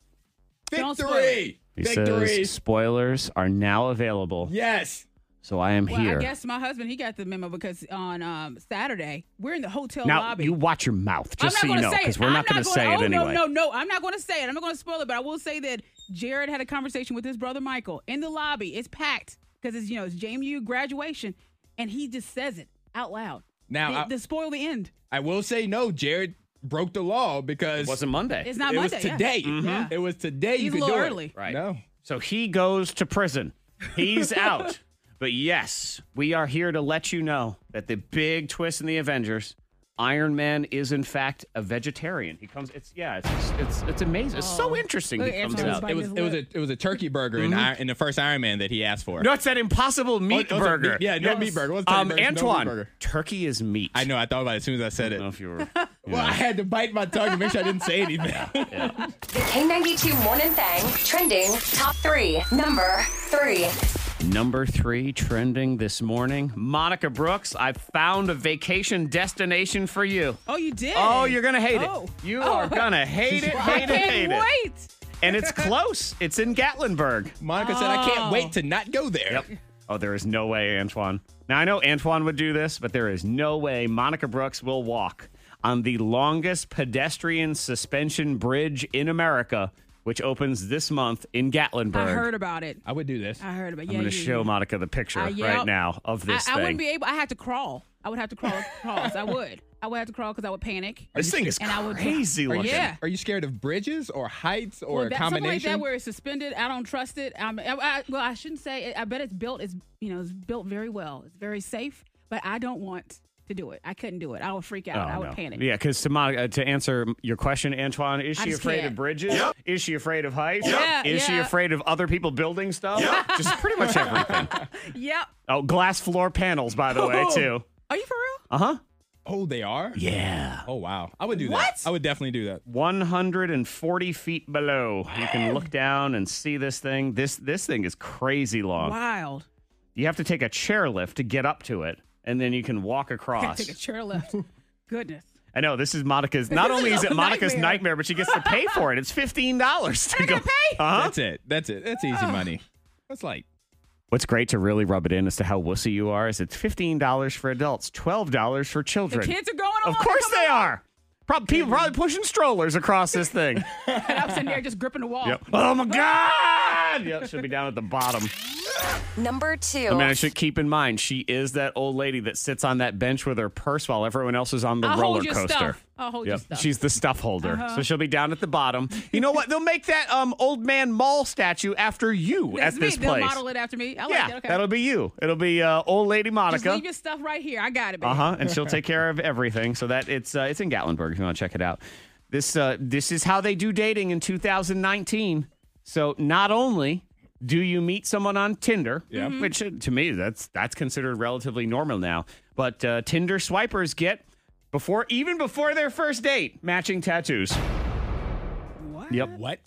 Don't spoil Victory! He Victory! says spoilers are now available, yes. so I am Well, here. I guess my husband he got the memo because on um, Saturday we're in the hotel now lobby. you watch your mouth, I'm just not so you gonna know, say it. because we're I'm not going to say oh, it anyway. No, no, no. I'm not going to say it. I'm not going to spoil it, but I will say that Jared had a conversation with his brother Michael in the lobby. It's packed because it's you know it's JMU graduation, and he just says it out loud. Now, the, I- the spoil the end. I will say no. Jared broke the law because It wasn't Mm-hmm. Monday. It's not it Monday. was yeah. today. Yeah. It was today. He's you a could little do it. early. Right. No. So he goes to prison. He's out. But yes, we are here to let you know that the big twist in the Avengers, Iron Man is in fact a vegetarian. He comes. It's yeah. It's it's it's amazing. It's so interesting. He Look, comes Antoine was out. biting It was his it was a lip. it was a turkey burger in, Ir- in the first Iron Man that he asked for. Mm-hmm. No, it's that impossible meat Oh, it was a meat- burger. yeah, no meat burger. It was turkey Um, burger, no meat Antoine, burger. turkey is meat. I know. I thought about it as soon as I said I don't know it. if you were. Well, I had to bite my tongue to make sure I didn't say anything. The K92 Morning Thang trending top three. Number three. Number three trending this morning. Monica Brooks, I found a vacation destination for you. Oh, you did. Oh, you're gonna hate Oh. it. You Oh. are gonna hate it, I hate it, hate can't it. wait. And it's close. It's in Gatlinburg. Monica said, "I Oh. can't wait to not go there." Oh, there is no way, Antoine. Now I know Antoine would do this, but there is no way Monica Brooks will walk on the longest pedestrian suspension bridge in America, which opens this month in Gatlinburg. I heard about it. I would do this. I heard about. Yeah, I'm going to you- show Monica the picture I- right yep. now of this I, I thing. wouldn't be able. I had to crawl. I would have to crawl across. I would. I would have to crawl because I would panic. this thing is and I would- Are crazy you, looking. Yeah. are you scared of bridges or heights or Well, a that- something like combination? that where it's suspended. I don't trust it. Um, I, I- well, I shouldn't say. It. I bet it's built. It's you know it's built very well. It's very safe. But I don't want to do it. I couldn't do it. I would freak out. Oh, I would no. panic. Yeah, because to, Mon- uh, to answer your question, Antoine, is I she just afraid can't. of bridges? Is she afraid of heights? Yeah, Is she yeah. afraid of other people building stuff? Just pretty much everything. Yep. Oh, glass floor panels, by the way, too. Are you for real? Uh huh. oh, they are. Yeah. Oh wow, I would do What? that. I would definitely do that. 140 feet below. You can look down and see this thing. This this thing is crazy long. Wild. You have to take a chairlift to get up to it, and then you can walk Gotta across. take a chairlift. Goodness. I know this is Monica's. Not only is it Monica's nightmare. nightmare. but she gets to pay for it. It's fifteen dollars to go. pay? Uh-huh. That's it. That's it. That's easy money. That's like What's great to really rub it in as to how wussy you are is it's fifteen dollars for adults, twelve dollars for The children. kids are going of along. course Come they on. are. Prob- people probably pushing strollers across this thing. And I'm sitting there just gripping the wall. Yep. Oh my God! Yep, she'll be down at the bottom. Number two. Oh. I mean, I should keep in mind she is that old lady that sits on that bench with her purse while everyone else is on the I'll roller hold your coaster. stuff. I'll hold your stuff. Uh-huh. She's the stuff holder. So she'll be down at the bottom. You know what? They'll make that um old man mall statue after you That's at me. this They'll place. model it after me. I like yeah, that. Okay. that'll be you. It'll be uh, old lady just Monica. leave your stuff right here. I got it, baby. Uh huh. And she'll take care of everything. So that it's uh, it's in Gatlinburg. If you want to check it out, this uh, this is how they do dating in 2019. So not only do you meet someone on Tinder, Yeah. Mhm. which uh, to me that's that's considered relatively normal now, but uh, Tinder swipers get before even before their first date matching tattoos. What? Yep. what?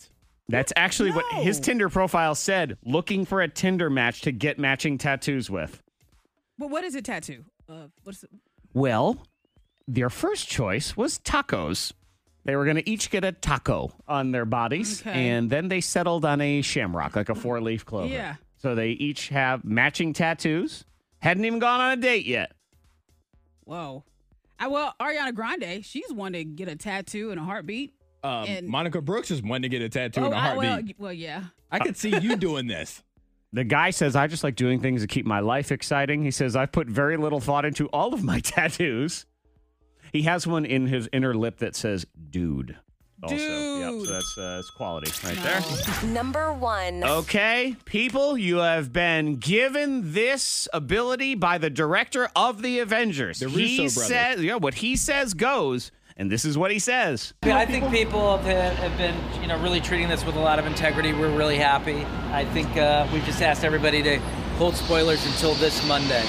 That's actually what his No. Tinder profile said, looking for a Tinder match to get matching tattoos with. But what is a tattoo? Uh, what's it? Well, their first choice was tacos. They were going to each get a taco on their bodies, Okay. and then they settled on a shamrock, like a four leaf clover. Yeah. So they each have matching tattoos. Hadn't even gone on a date yet. Whoa. I, well, Ariana Grande, she's one to get a tattoo and a heartbeat. Um, And- Oh, Monica Brooks is one to get a tattoo in a I, heartbeat. well, I, y- well, yeah. could see you doing this. The guy says, I just like doing things to keep my life exciting. He says, I've put very little thought into all of my tattoos. He has one in his inner lip that says, dude. Also. Yep, Dude. so that's, uh, that's quality right there. Number one. Oh. Okay, people, you have been given this ability by the director of the Avengers. The he Russo brothers. says, yeah, what he says goes, and this is what he says. I mean, I think people have, been- have been, you know, really treating this with a lot of integrity. We're really happy. I think uh, we've just asked everybody to hold spoilers until this Monday.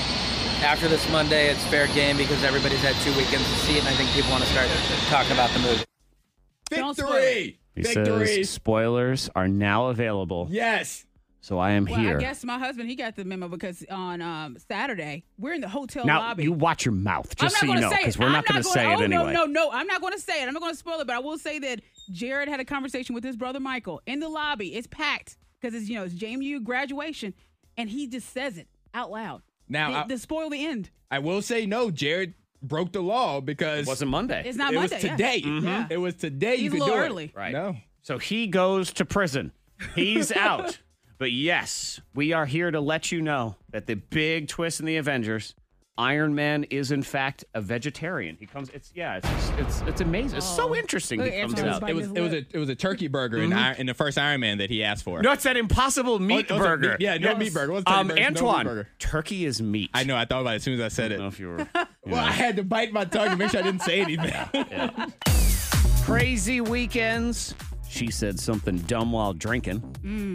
After this Monday, it's fair game because everybody's had two weekends to see it, and I think people want to start talking about the movie. Don't spoil Victory! He Victory! says spoilers are now available, yes. So I am Well, here. I guess my husband he got the memo because on um, Saturday we're in the hotel now lobby. you watch your mouth, just so I'm you not know, gonna say because it. we're I'm not going to gonna- say oh, it anyway. No, no, no. I'm not going to say it. I'm not going to spoil it, but I will say that Jared had a conversation with his brother Michael in the lobby. It's packed because it's you know it's JMU graduation, and he just says it out loud. Now, They- I- to spoil the end. I will say no. Jared broke the law because It wasn't Monday. It's not it was Monday. yeah. today. Yeah. It was today. He's you a could little do it. early. Right. No. So he goes to prison. He's out. But yes, we are here to let you know that the big twist in the Avengers, Iron Man is in fact a vegetarian. He comes. It's yeah. It's it's it's amazing. It's so interesting. Oh. Look He at comes Antoine's out. bite. It was it was a it was a turkey burger in, Iron, in the first Iron Man that he asked for. No, it's that impossible meat oh, it's a burger. meat- yeah, no meat burger. What's turkey Um, burger? No meat Antoine, burger. turkey is meat. I know. I thought about it as soon as I said I don't know it. if you were. Well, I had to bite my tongue and make sure I didn't say anything. Crazy weekends. She said something dumb while drinking.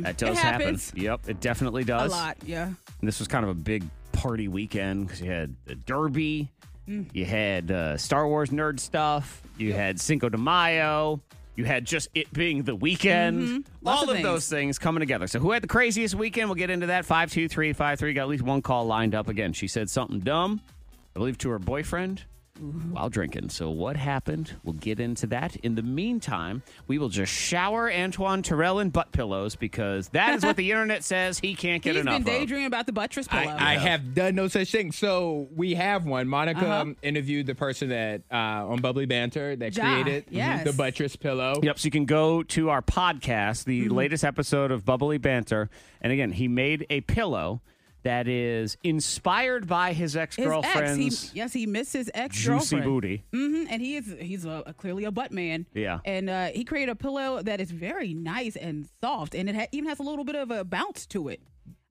that does Mm. happens. happen. Yep, it definitely A does. lot, yeah. And this was kind of a big party weekend because you had the Derby, Mm. you had uh, Star Wars nerd stuff, you had Cinco de Mayo, you had just it being the weekend. Mm-hmm. Lots All of of, those things coming together. So, who had the craziest weekend? We'll get into that. 52353 got at least one call lined up again. She said something dumb, I believe, to her boyfriend. While drinking. So, what happened? We'll get into that. In the meantime, we will just shower Antoine Terrell in butt pillows because that is what the internet says he can't get He's enough been of. daydreaming about the buttress pillow. I, I have done no such thing. So we have one. Monica um, interviewed the person that uh, on Bubbly Banter that Ja, created mm-hmm, yes. the buttress pillow. Yep. So you can go to our podcast, the Mm-hmm. latest episode of Bubbly Banter. And again, he made a pillow that is inspired by his ex his ex, girlfriend's he, yes, he missed his ex juicy girlfriend. booty. hmm And he is he's a, clearly a butt man. Yeah. And uh, he created a pillow that is very nice and soft, and it ha- even has a little bit of a bounce to it.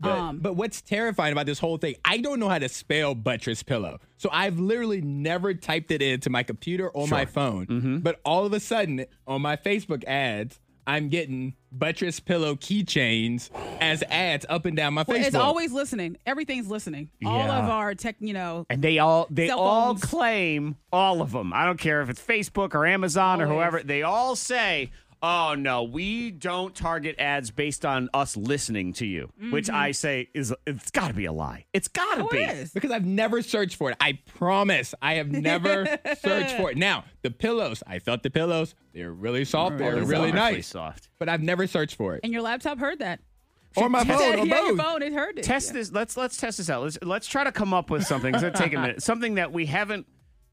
But, Um. but what's terrifying about this whole thing, I don't know how to spell buttress pillow. So I've literally never typed it into my computer or my phone. Mm-hmm. But all of a sudden, on my Facebook ads, I'm getting buttress pillow keychains as ads up and down my Facebook. It's always listening. Everything's listening. All Yeah. of our tech, you know, And they all they Cell all phones. claim all of them. I don't care if it's Facebook or Amazon or Always. whoever. They all say, "Oh no, we don't target ads based on us listening to you," which I say is it's got to be a lie. It's got to who be. Mm-hmm. Oh, it is. Because I've never searched for it. I promise. I have never searched for it. Now, the pillows, I felt the pillows. They're really soft. They're, They're really wonderfully nice. soft. But I've never searched for it. And your laptop heard that. Or my phone, or yeah, your both. phone, it heard it. test this. Let's let's test this out. Let's let's try to come up with something. It's gonna take a minute. Something that we haven't.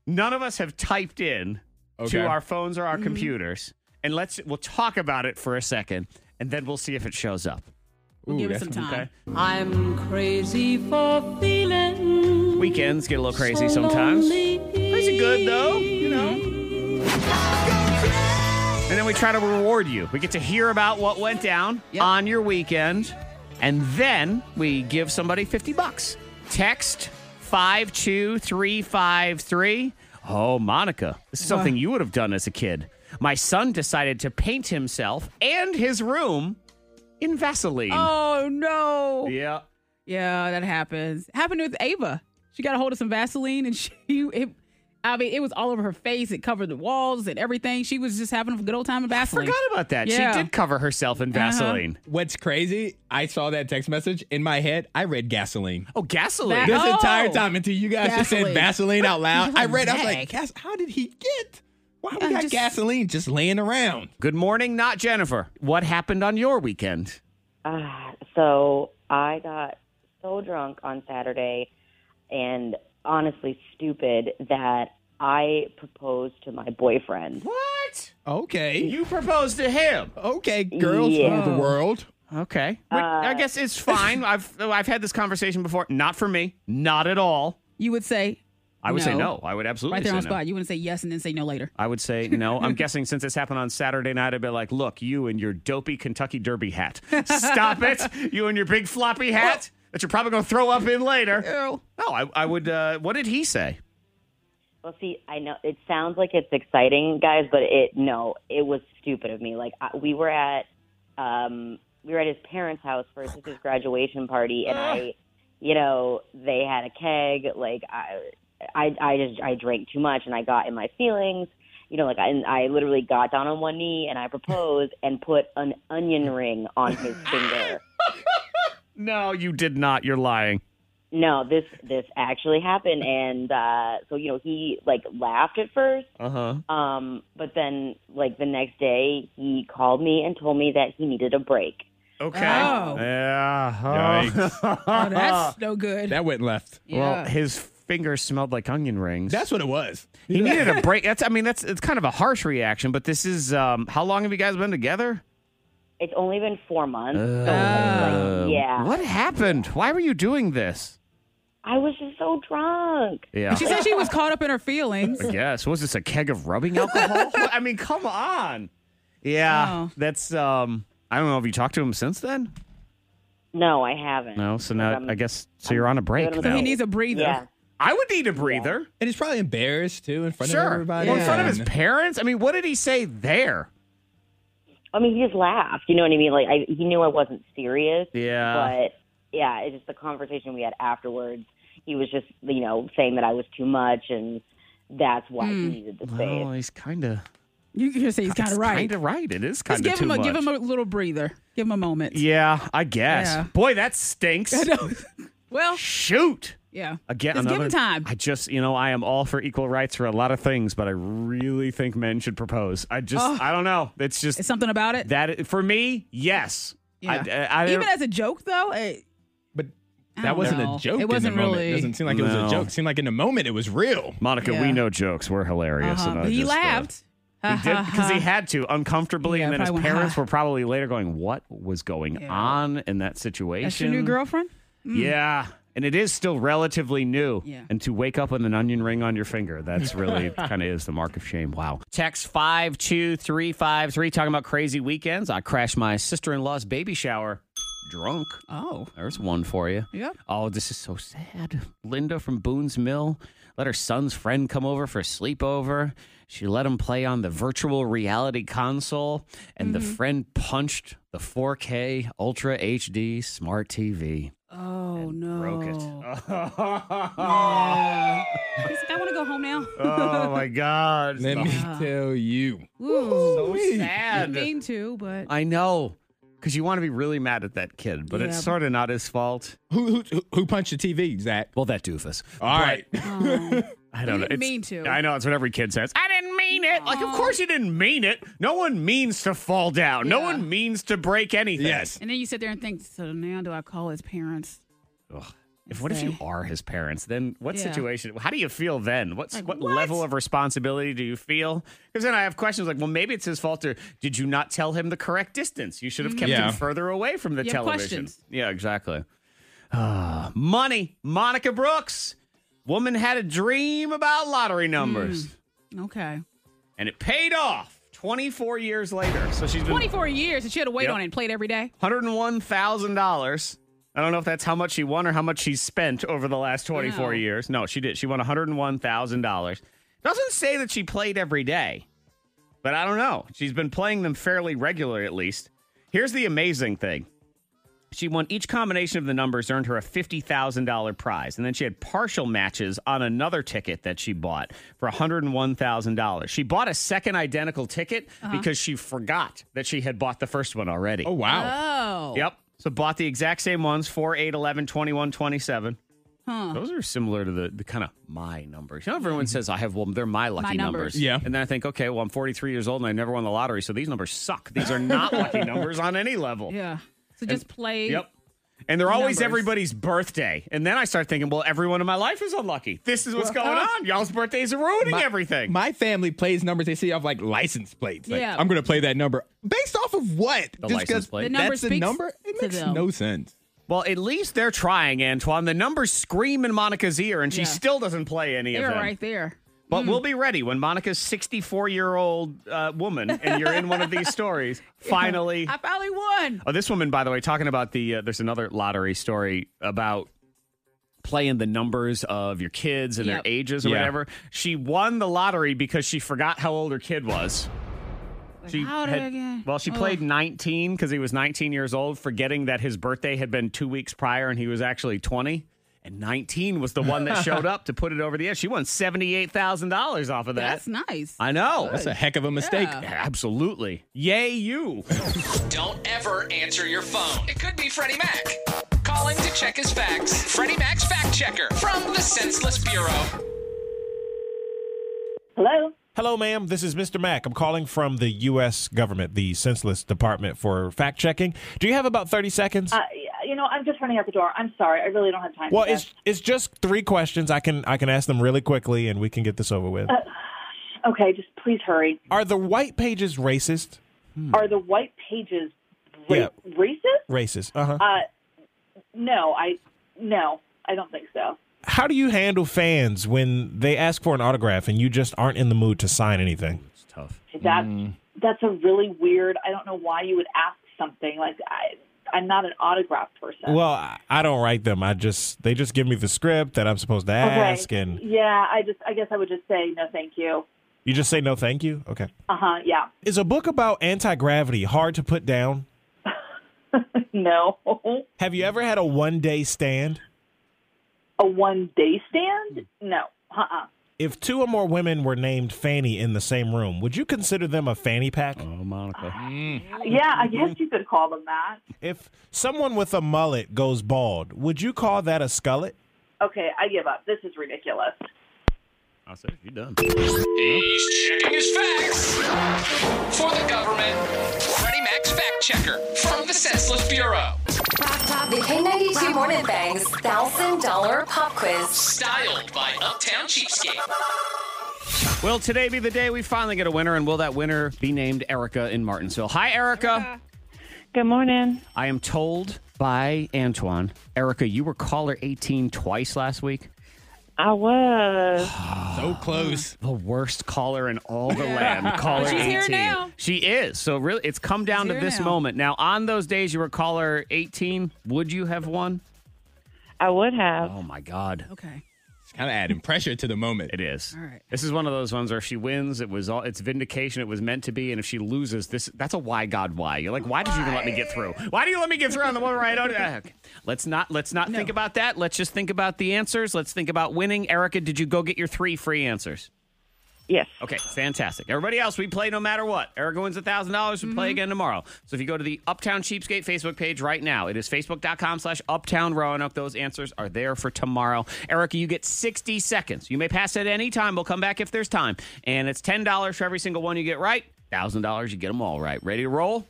None of us have typed in Okay. to our phones or our computers, and let's we'll talk about it for a second, and then we'll see if it shows up. We'll Ooh, give it that's- some time. Okay. I'm crazy for feeling Weekends get a little crazy sometimes. Crazy good though, you know. And then we try to reward you. We get to hear about what went down Yep. on your weekend. And then we give somebody 50 bucks. Text 52353. Oh, Monica, this is something you would have done as a kid. My son decided to paint himself and his room in Vaseline. Oh no. Yeah. Yeah. that happens. Happened with Ava. She got a hold of some Vaseline and she it, I mean, it was all over her face. It covered the walls and everything. She was just having a good old time in Vaseline. Forgot about that. Yeah. Uh-huh. She did cover herself in Vaseline. What's crazy, I saw that text message in my head. I read gasoline. Oh, gasoline. That- This Oh. entire time until you guys just said Gasoline. Vaseline out loud. I read, I was Heck. like, Gas- how did he get? Why we I'm got just- gasoline just laying around? Good morning, not Jennifer. What happened on your weekend? Ah, so I got so drunk on Saturday and honestly stupid that I proposed to my boyfriend. What? Okay. You proposed to him. Okay, girls Yeah. rule the world. Okay. Uh, Which I guess it's fine. I've I've had this conversation before. Not for me. Not at all. You would say I would say No. no. I would absolutely right there say on no. spot. You wouldn't say yes and then say no later. I would say no. I'm guessing since this happened on Saturday night, I'd be like, look, you and your dopey Kentucky Derby hat. Stop it. You and your big floppy hat that you're probably going to throw up in later. Ew. No, I, I would. Uh, what did he say? Well, see, I know it sounds like it's exciting, guys, but it no, it was stupid of me. Like I, we were at um we were at his parents' house for his sister's graduation party and I you know, they had a keg, like I I I just I drank too much and I got in my feelings. You know, like I, and I literally got down on one knee and I proposed and put an onion ring on his finger. No, you did not. You're lying. No, this this actually happened, and uh, so you know he like laughed at first, Uh huh. um, but then like the next day he called me and told me that he needed a break. Okay. Oh. Yeah. oh. Oh, that's no good. That went left. Well, his fingers smelled like onion rings. That's what it was. he needed a break. That's I mean that's it's kind of a harsh reaction, but this is um how long have you guys been together? It's only been four months, Uh, so it's Um, like, yeah, What happened? Why were you doing this? I was just so drunk. Yeah. she said she was caught up in her feelings. Yes. Was this a keg of rubbing alcohol? I mean, come on. Yeah. Oh. That's um I don't know. Have you talked to him since then? No, I haven't. No. So now Um, I guess so. You're on a break So now. He needs a breather. yeah. I would need a breather. And he's probably embarrassed too in front of Sure. everybody. Well, in front of his And- parents. I mean, what did he say there? I mean, he just laughed. You know what I mean? Like, I, he knew I wasn't serious. Yeah. But yeah, it's just the conversation we had afterwards. He was just, you know, saying that I was too much, and that's why he needed the space. Well, Oh, he's kind of You can say he's kind of right. Kind of right. It is kind Just of give too him a much. give him a little breather. Give him a moment. yeah, I guess. Yeah. Boy, that stinks. Well, Shoot. yeah. Again, Just give another- him time. I just, you know, I am all for equal rights for a lot of things, but I really think men should propose. I just, Oh. I don't know. It's just It's something about it. that for me, yes. I- Yeah. I, I, Even as a joke, though, it, but I that don't wasn't know. a joke. It wasn't in the Moment. really- It doesn't seem like it was No. a joke. It seemed like in the moment it was real. Monica, Yeah. we know jokes. We're hilarious. uh-huh. and I but he just, uh, laughed. Ha, He did ha, because he ha. had to uncomfortably, Yeah, and then his probably went, parents "Huh." were probably later going, "What was going Yeah. on in that situation?" That's your new girlfriend. Yeah, and it is still relatively new. Yeah. And to wake up with an onion ring on your finger—that's really kind of is the mark of shame. Wow. Text five two three five three talking about crazy weekends. I crashed my sister-in-law's baby shower drunk. Oh, There's one for you. Yep. Oh, this is so sad. Linda from Boone's Mill let her son's friend come over for a sleepover. She let him play on the virtual reality console, and the friend punched the 4K Ultra HD smart TV. oh no. Broke it. Oh. He's like, I want to go home now. oh my God. Let me tell you. Ooh, Sweet. I Sad. mean to, but I know. Because you want to be really mad at that kid, but it's Yeah. sort of not his fault. Who, who who punched the TV, Zach? Well, that doofus. All right. I don't You know. didn't It's- mean to. I know it's what every kid says. I didn't mean it. Like, of course you didn't mean it. No one means to fall down. No Yeah. one means to break anything. Yes. and then you sit there and think. So now, do I call his parents? Ugh. If what if you Say. are his parents? Then what Yeah. situation? How do you feel then? What's Like, what, what? level of responsibility do you feel? Because then I have questions like, well, maybe it's his fault. Or did you not tell him the correct distance? You should have kept Yeah. him further away from the You have television. questions. Yeah, exactly. Ah, money, Monica Brooks. Woman had a dream about lottery numbers. Mm. Okay. and it paid off 24 years later. So she's been 24 years, and she had to wait Yep. on it and play it every day. $101,000. I don't know if that's how much she won or how much she's spent over the last 24 Wow. years. No, she did. She won $101,000. Doesn't say that she played every day, but I don't know. She's been playing them fairly regularly, at least. Here's the amazing thing. She won each combination of the numbers, earned her a $50,000 prize. And then she had partial matches on another ticket that she bought for $101,000. She bought a second identical ticket because she forgot that she had bought the first one already. Oh wow. Oh. Yep. So bought the exact same ones 4, 8, 11, 21, 27. Those are similar to the, the kind of my numbers. You know, everyone says I have, well, they're my lucky Mm-hmm. My numbers. Yeah. And then I think, okay, well, I'm 43 years old and I never won the lottery, so these numbers suck. These are not lucky numbers on any level. Yeah. So just play. Yep. And they're always Numbers. everybody's birthday. And then I start thinking, well, everyone in my life is unlucky. This is what's going on. Y'all's birthdays are ruining everything. My family plays numbers they see off like license plates. Like, Yeah. I'm going to play that number based off of what? The license plate. The number that's the speaks number. It to makes them. no sense. well, at least they're trying, Antoine. The numbers scream in Monica's ear, and she Yeah. still doesn't play any They of were them. right there. But we'll be ready when Monica's 64 year old uh, woman and you're in one of these stories. Finally. I finally won. Oh, this woman, by the way, talking about the, uh, there's another lottery story about playing the numbers of your kids and Yep. their ages or Yeah. whatever. She won the lottery because she forgot how old her kid was. She how did I get- well, she Ugh. played 19 because he was 19 years old, forgetting that his birthday had been two weeks prior and he was actually 20. And 19 was the one that showed up to put it over the edge. She won $78,000 off of that. That's nice. I know. That's a heck of a mistake. Yeah. Absolutely. Yay, you. Don't ever answer your phone. It could be Freddie Mac. Call calling to check his facts. Freddie Mac's Fact Checker from the Senseless Bureau. Hello. Hello, ma'am. This is Mr. Mack. I'm calling from the U.S. government, the senseless department for fact checking. Do you have about 30 seconds? Uh, you know, I'm just running out the door. I'm sorry. I really don't have time. well, for it's it's just three questions. I can I can ask them really quickly, and we can get this over with. that. Uh, okay, just please hurry. Are the white pages racist? Are the white pages ra- Yeah. racist? Racist. Uh huh. Uh, no, I no, I don't think so. How do you handle fans when they ask for an autograph and you just aren't in the mood to sign anything? It's tough. That's that's a really weird. I don't know why you would ask something like I. I'm not an autograph person. Well, I- I don't write them. I just they just give me the script that I'm supposed to ask, okay. and yeah, I just I guess I would just say no, thank you. you just say no, thank you. Okay. Uh huh. Yeah. Is a book about anti gravity hard to put down? no. Have you ever had a one day stand? A one day stand? No. Uh uh If two or more women were named Fanny in the same room, would you consider them a fanny pack? Uh. Oh, Monica. Ah. Yeah, I guess you could call them that. If someone with a mullet goes bald, would you call that a skullet? Okay, I give up. This is ridiculous. I'll say you're done. He's checking his facts for the government. Freddie Mac's Fact Checker from the Senseless Bureau. The K92 Morning Bang's $1,000 pop quiz. Styled by Uptown Cheapskate. Will today be the day we finally get a winner, and will that winner be named Erica in Martinsville? Hi, Erica. Good morning. I am told by Antoine, Erica, you were caller 18 twice last week. I was. so close. The worst caller in all the land. Caller But she's 18. here now. She is. So really it's come down She's to here this now. moment. Now, on those days you were caller 18, would you have won? I would have. Oh my god. Okay. It's kind of adding pressure to the moment. It is. All right. This is one of those ones where if she wins, it was all it's vindication, it was meant to be, and if she loses, this that's a why God why. You're like, why did you even let me get through? Why do you let me get through on the one right? ah, Okay. Let's not let's not think about that. Let's just think about the answers. Let's think about winning. Erica, did you go get your three free answers? Yes. Okay, fantastic. Everybody else, we play no matter what. Erica wins $1,000. We play again tomorrow. So if you go to the Uptown Cheapskate Facebook page right now, it is facebook.com slash Uptown Roanoke. Those answers are there for tomorrow. Erica, you get 60 seconds. You may pass at any time. We'll come back if there's time. And it's $10 for every single one you get right. $1,000, you get them all right. Ready to roll?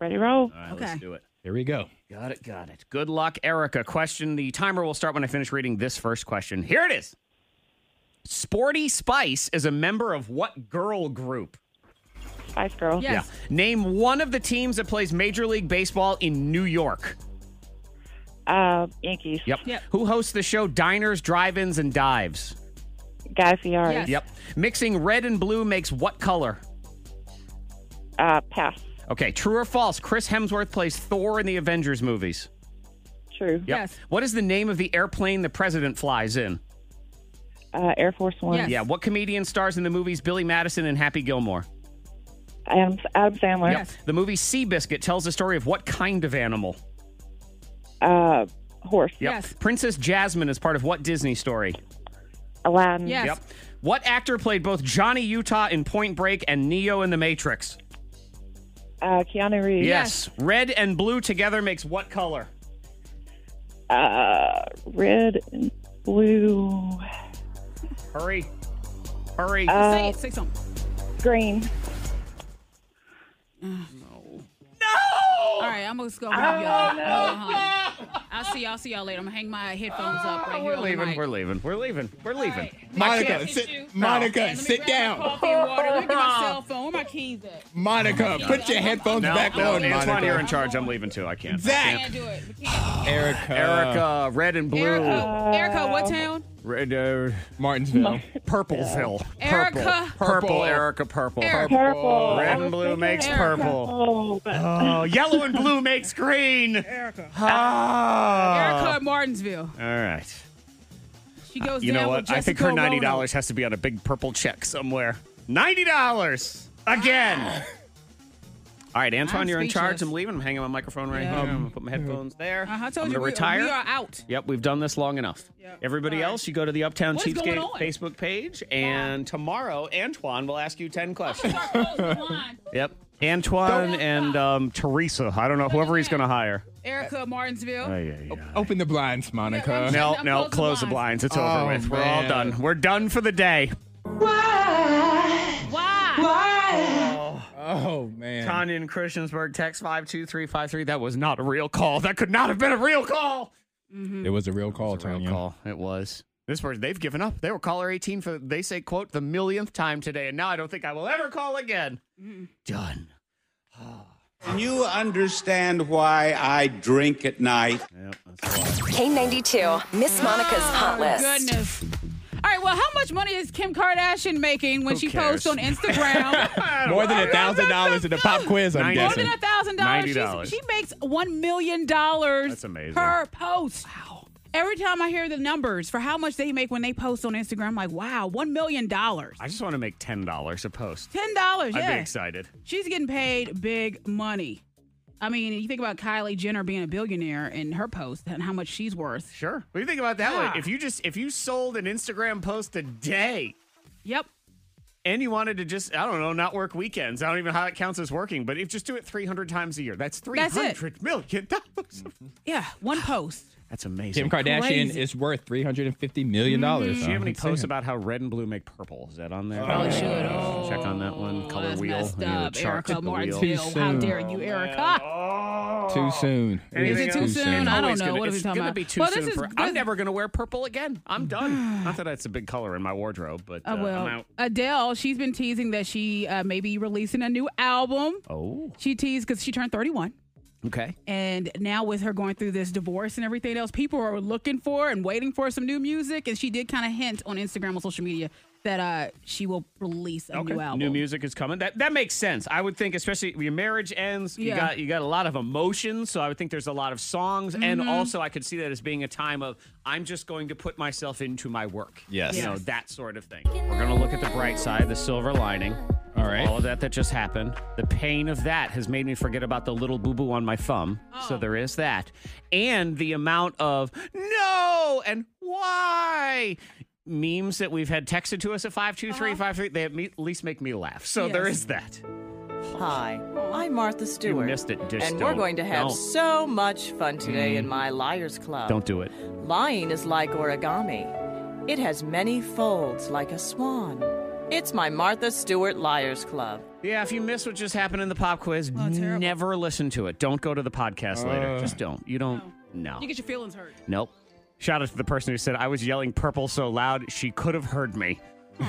Ready, roll. All right, let's do it. Here we go. Got it, got it. Good luck, Erica. Question the timer will start when I finish reading this first question. Here it is. Sporty Spice is a member of what girl group? Spice Girl. Yeah. Name one of the teams that plays Major League Baseball in New York. Uh, Yankees. Yep. Who hosts the show Diners, Drive-Ins, and Dives? Guy Fieri. Yes. Yep. Mixing red and blue makes what color? Uh, pass. Okay. True or false? Chris Hemsworth plays Thor in the Avengers movies. True. Yep. What is the name of the airplane the president flies in? Uh, Air Force One. Yeah. What comedian stars in the movies Billy Madison and Happy Gilmore? Adam, Adam Sandler. Yep. The movie Seabiscuit tells the story of what kind of animal? Uh, horse. Yep. Princess Jasmine is part of what Disney story? Aladdin. Yep. What actor played both Johnny Utah in Point Break and Neo in The Matrix? Uh, Keanu Reeves. Red and blue together makes what color? Uh, red and blue. Hurry. Hurry. Uh, say it. Say something. Green. All right, I'm just gonna leave y'all. Uh-huh. I'll see y'all. I'll see y'all later. I'm gonna hang my headphones up right here. We're on the leaving. mic. We're leaving. We're leaving. We're leaving. Monica, I can't. sit- Monica, Let me sit grab down. my Coffee and water. Let me get my cell phone. Where my keys at? Monica, put your headphones Oh No, back no, on. Antoine, Monica. you're in charge. I'm leaving too. I can't. Zach. I Can't can't. do it. We can't. Erica. Erica. Red and blue. Erica, Erica, what town? Red, uh, Martinsville. Purpleville. Erica. Purple. Purple. Purple. Erica. Purple. Erica. Purple. I Red was and blue thinking makes Erica. purple. Oh, yellow and blue makes green. Erica. Ah. Erica at Martinsville. All right. She goes You down know with what? Jessica I think her ninety Roanoke. dollars has to be on a big purple check somewhere. Ninety dollars again. All right, Antoine, Ah. I'm you're in charge. speechless. I'm leaving. I'm hanging my microphone right Yeah. here. I'm gonna put my headphones there. Uh-huh, I told I'm you gonna we- retire. we are out. Yep, we've done this long enough. Everybody else, you go to the Uptown What is going Cheapskate on? Facebook page, and tomorrow Antoine will ask you ten questions. yep. Antoine and um, Teresa. I don't know whoever he's going to hire. Erica Martinsville. Open the blinds, Monica. No, no, close the blinds. It's Oh, over with. We're all man. done. We're done for the day. Why? Why? Oh man. Tanya in Christiansburg, text five two three five three. That was not a real call. That could not have been a real call. It was a real call, Tanya. call. It was. This person, they've given up. They were caller 18 for, they say, quote, the millionth time today. And now I don't think I will ever call again. Done. Can you understand why I drink at night? K92, Miss Monica's hot list. Oh, goodness. All right, well, how much money is Kim Kardashian making when Who she cares? posts on Instagram? More than a thousand dollars in the pop quiz, I'm More guessing. than a thousand dollars. $90. She makes one million dollars. That's amazing. Per post. Wow. Every time I hear the numbers for how much they make when they post on Instagram, I'm like, wow, one million dollars. I just want to make $10 a post. Ten dollars. I'd Yeah. be excited. She's getting paid big money. I mean, you think about Kylie Jenner being a billionaire in her post and how much she's worth. Sure. What do you think about that one? If you just, if you sold an Instagram post a day. Yep. And you wanted to just, I don't know, not work weekends. I don't even know how it counts as working, but if just do it 300 times a year, that's three That's it. hundred million dollars. Yeah, one post. That's amazing. Kim Kardashian Crazy. is worth three hundred and fifty million dollars. Does she Mm-hmm. have any posts about how red and blue make purple? Is that on there? Oh, Probably should. Check on that one. Color wheel. messed you know, the up, chart, Erica the wheel. Martinsville. How soon. dare you, Oh, Erica? Too soon. Anything It's else? I don't It's know. gonna- What are we it's talking gonna about? Be too Well, soon this is for, good. I'm never going to wear purple again. I'm done. Not that that's a big color in my wardrobe, but uh, Oh, well, I'm out. Adele, she's been teasing that she uh, may be releasing a new album. Oh. She teased because she turned 31. Okay. And now, with her going through this divorce and everything else, people are looking for and waiting for some new music. And she did kind of hint on Instagram and social media that uh, she will release a new album. music is coming. That that makes sense. I would think, especially your marriage ends, you Yeah. got you got a lot of emotions. So I would think there's a lot of songs, and Mhm. also I could see that as being a time of I'm just going to put myself into my work. Yes. you know Yes. that sort of thing. We're gonna look at the bright side, the silver lining. All right. All of that that just happened. The pain of that has made me forget about the little boo boo on my thumb. So there is that. And the amount of no and why memes that we've had texted to us at 52353, they at me- at least make me laugh. So there Yes. is that. Hi, I'm Martha Stewart. missed it. Just and don't. we're going to have Don't. so much fun today Mm. in my Liars Club. Don't do it. Lying is like origami. It has many folds like a swan. It's my Martha Stewart Liars Club. Yeah, if you miss what just happened in the pop quiz, never listen to it. Don't go to the podcast later. Uh. Just don't. You don't. No. You get your feelings hurt. Nope. Shout out to the person who said I was yelling purple so loud she could have heard me.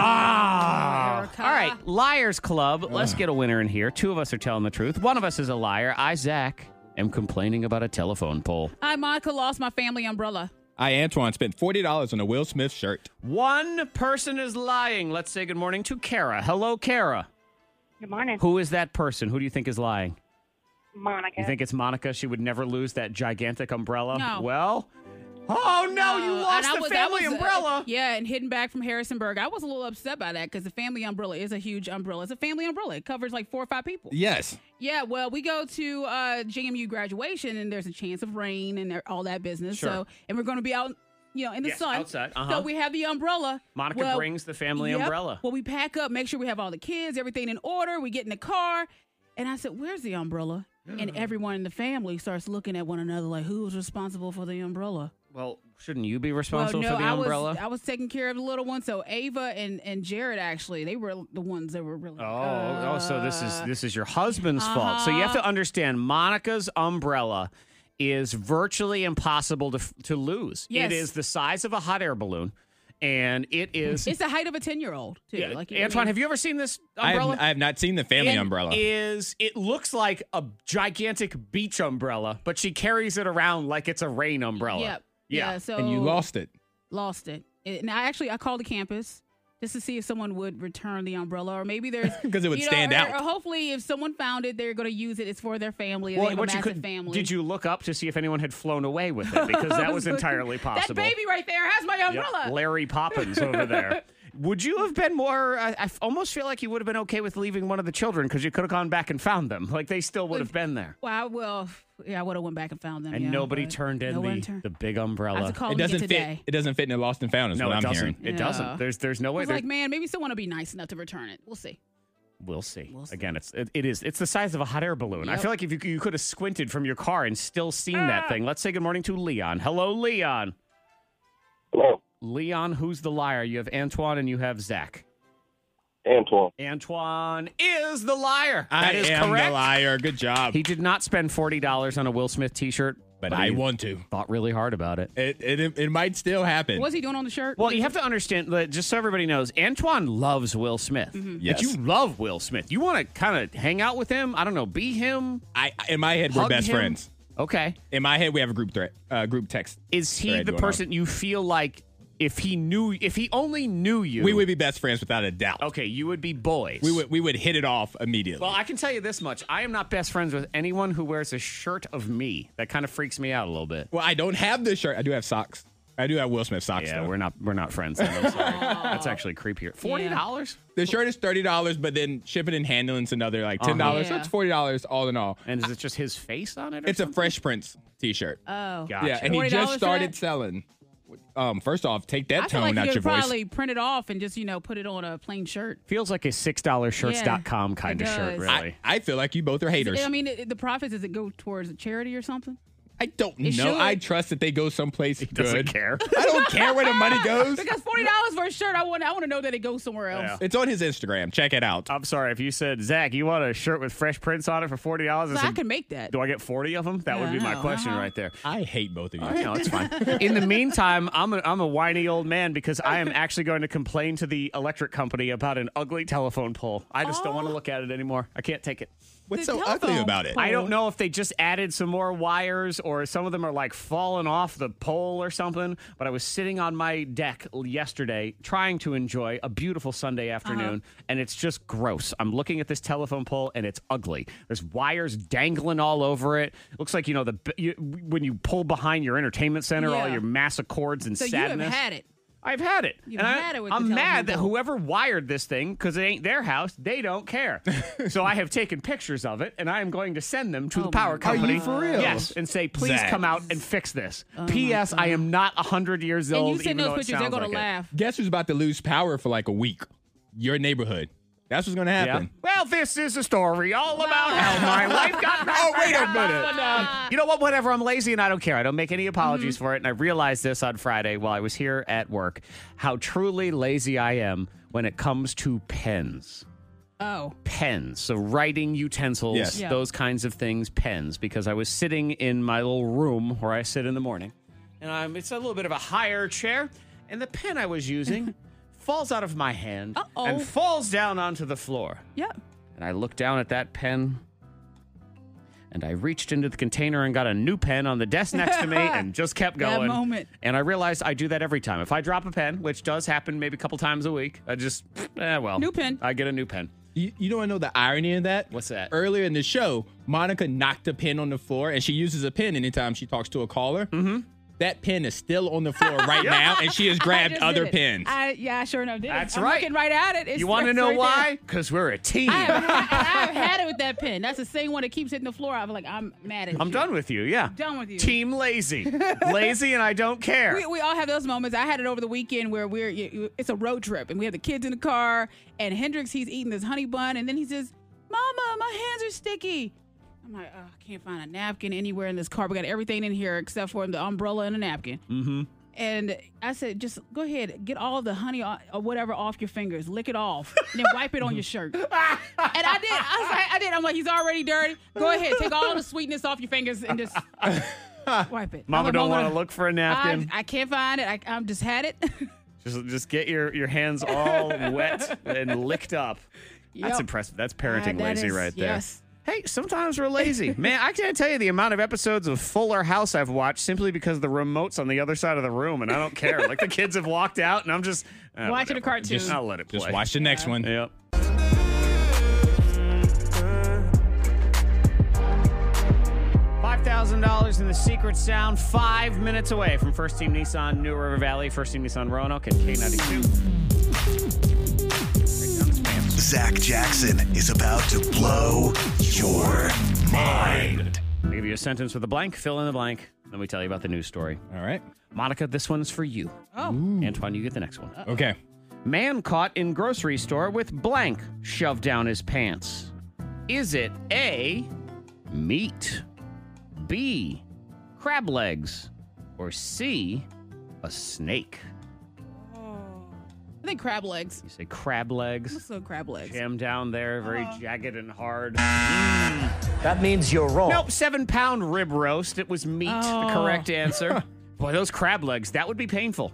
Ah. All right, Liars Club. Let's get a winner in here. Two of us are telling the truth. One of us is a liar. I, Zach, am complaining about a telephone pole. I, Monica, lost my family umbrella. I Antoine spent forty dollars on a Will Smith shirt. One person is lying. Let's say good morning to Kara. Hello, Kara. Good morning. Who is that person? Who do you think is lying? Monica. You think it's Monica? She would never lose that gigantic umbrella? No. Well, oh no, you Uh, lost and I the was- I family was, uh, umbrella. yeah, and hidden back from Harrisonburg. I was a little upset by that because the family umbrella is a huge umbrella. It's a family umbrella. It covers like four or five people. Yes. Yeah, well, we go to uh, JMU graduation, and there's a chance of rain and all that business. Sure. So, and we're going to be out, you know, in the Yes, sun. outside, uh-huh. So we have the umbrella. Monica Well, brings the family yep. umbrella. Well, we pack up, make sure we have all the kids, everything in order. We get in the car, and I said, "Where's the umbrella?" Mm. and everyone in the family starts looking at one another like, "Who was responsible for the umbrella?" Uh, Well, shouldn't you be responsible for the I umbrella? Was, I was taking care of the little one. So Ava and, and Jared actually, they were the ones that were really. Oh, oh, so this is this is your husband's fault. So you Uh. have uh-huh. to understand Monica's umbrella is virtually impossible to f- to lose. Yes. It is the size of a hot air balloon and it is It's the height of a ten year old too. Yeah, like Antoine, have you ever seen this I have, umbrella? I have not seen the family It umbrella. is it looks like a gigantic beach umbrella, but she carries it around like it's a rain umbrella. Yep. Yeah. Yeah, so- And you lost it. lost it? It- And I actually I called the campus just to see if someone would return the umbrella, or maybe there's 'Cause it would you know, stand or- out. Or hopefully, if someone found it, they're going to use it. It's for their family. and they have a massive family. did you look up to see if anyone had flown away with it? Because that was entirely That possible. baby right there has my Yep, umbrella. Larry Poppins over there. Would you have been more? uh, I, I f- almost feel like you would have been okay with leaving one of the children because you could have gone back and found them. Like they still would have been there, Well, I will. Yeah, I would have went back and found them. and yeah, nobody but turned in no one the, turned- the big umbrella. have to call it them doesn't fit. today. It doesn't fit in the lost and found. Is No, what it I'm doesn't. hearing. It doesn't. Yeah. There's there's no I way. was There's, like, man, maybe someone will be nice enough to return it. We'll see. We'll see. Again, it's it, it is it's the size of a hot air balloon. I feel like if you you could have squinted from your car and still seen Ah. that thing. Let's say good morning to Leon. Hello, Leon. Hello, Leon. Who's the liar? You have Antoine and you have Zach. Antoine. Antoine is the liar. I that is am the correct. liar. Good job. He did not spend forty dollars on a Will Smith T-shirt, but, I he want to. Thought really hard about it. It it, it might still happen. What's he doing on the shirt? Well, you have to understand, like, just so everybody knows, Antoine loves Will Smith. Mhm. Yes. Yes. you love Will Smith. You want to kind of hang out with him. I don't know, be him. I in my head we're Hug best him. friends. Okay. In my head we have a group threat, uh, group text. Is he thread the going on. person you feel like if he knew, if he only knew you, We would be best friends without a doubt. Okay, you would be boys. We would we would hit it off immediately. Well, I can tell you this much: I am not best friends with anyone who wears a shirt of me. That kind of freaks me out a little bit. Well, I don't have this shirt. I do have socks. I do have Will Smith socks. Yeah, though. we're not we're not friends. then. I'm sorry. That's actually creepier. Forty dollars. The shirt is thirty dollars, but then shipping and handling's another like Uh-huh. ten dollars. Yeah. So it's forty dollars all in all. And is it just his face on it? Or It's a Fresh Prince T-shirt. Oh. Yeah, and he $40 just for started that? selling. Um, first off, take I that tone feel like out you your could voice. probably print it off and just, you know, put it on a plain shirt. Feels like a six dollars shirts.com Yeah, kind it of shirt, does. really. I feel like you both are haters. I mean, it, um, the profits, does it go towards a charity or something? I don't It no, should. I trust that they go someplace he doesn't care. I don't care where the money goes. Because forty dollars for a shirt, I want I want to know that it goes somewhere else. It's on his Instagram. Check it out. I'm sorry if you said Zach, you want a shirt with fresh prints on it for forty dollars. So I can make that. Do I get forty of them? That would be my Wow. question Uh-huh. right there. I hate both of you. I know it's fine. In the meantime, I'm a, I'm a whiny old man because I am actually going to complain to the electric company about an ugly telephone pole. I just don't want to look at it anymore. I can't take it. What's The so ugly telephone about it? I don't pole. know if they just added some more wires or some of them are like falling off the pole or something. But I was sitting on my deck l- yesterday trying to enjoy a beautiful Sunday Uh-huh. afternoon, and it's just gross. I'm looking at this telephone pole and it's ugly. There's wires dangling all over it. Looks like you know the b- you, when you pull behind your entertainment center, all Yeah. your mass of cords and So sadness. you have had it. I've had it. You've And I, had it with the I'm mad telephone that pole. whoever wired this thing, because it ain't their house, they don't care. so I have taken pictures of it, and I am going to send them Oh to the power God. Are you company. for real? Yes, and say, please Zach. come out and fix this. P.S. I am not 100 years Oh And old. you send even those though it pictures, they're sounds gonna like it. laugh. Guess who's about to lose power for like a week? Your neighborhood. That's what's going to happen. Well, this is a story all about how my wife got. Oh, wait a minute. Mm-hmm. You know what? Whatever. I'm lazy and I don't care. I don't make any apologies for it. And I realized this on Friday while I was here at work how truly lazy I am when it comes to pens. Oh, pens, so writing utensils, Yes. Yeah. those kinds of things, pens, because I was sitting in my little room where I sit in the morning, and I'm, it's a little bit of a higher chair, and the pen I was using falls out of my hand Uh-oh. and falls down onto the floor. yep. And I looked down at that pen, and I reached into the container and got a new pen on the desk next to me and just kept That going. moment. And I realized I do that every time. If I drop a pen, which does happen maybe a couple times a week, I just, eh, well. New pen. I get a new pen. You, you don't know the irony of that? What's that? Earlier in the show, Monica knocked a pen on the floor and she uses a pen anytime she talks to a caller. Mm-hmm. That pen is still on the floor right now and she has I grabbed just other did it. pens. I, yeah, I sure enough did. it. That's I'm right. Looking right at it. It's, you want to it's know right why? there. Because we're a team. I have, I have had it with that pen. That's the same one that keeps hitting the floor. I'm like, I'm mad at you. I'm done with you. Yeah. Done with you. Team lazy. lazy and I don't care. We, we all have those moments. I had it over the weekend where we're you, you- it's a road trip and we have the kids in the car and Hendrix he's eating this honey bun and then he says, "Mama, my hands are sticky." I'm like, oh, I can't find a napkin anywhere in this car. We got everything in here except for the umbrella and a napkin. mm-hmm. And I said, just go ahead, get all the honey o- or whatever off your fingers, lick it off, and then wipe it on your shirt. and I did. I, was like, I did. I'm like, he's already dirty. Go ahead, take all the sweetness off your fingers and just wipe it. Mama I'm like, "Mama, don't want to look for a napkin. I, I can't find it. I, I just had it. just just get your, your hands all wet and licked up. That's Yep. impressive. That's parenting Ah, that lazy is- right there. yes. Hey, sometimes we're lazy. Man, I can't tell you the amount of episodes of Fuller House I've watched simply because the remote's on the other side of the room and I don't care. like the kids have walked out and I'm just ah, Watching a whatever. cartoon. Just, I'll let it play. Just watch the next one. Yep. $5,000 in the secret sound, five minutes away from First Team Nissan, New River Valley, First Team Nissan Roanoke, and K92. Zach Jackson is about to blow your mind. I give you a sentence with a blank, fill in the blank, then we tell you about the news story. All right. Monica, this one's for you. Oh. Antoine, you get the next one. Okay. Man caught in grocery store with blank shoved down his pants. Is it A, meat, B, crab legs, or C, a snake? I think crab legs. You say crab legs? So crab legs. Jam down there, very Oh. jagged and hard. That means you're wrong. Nope, seven pound rib roast. It was meat, the Oh. correct answer. Boy, those crab legs, that would be painful.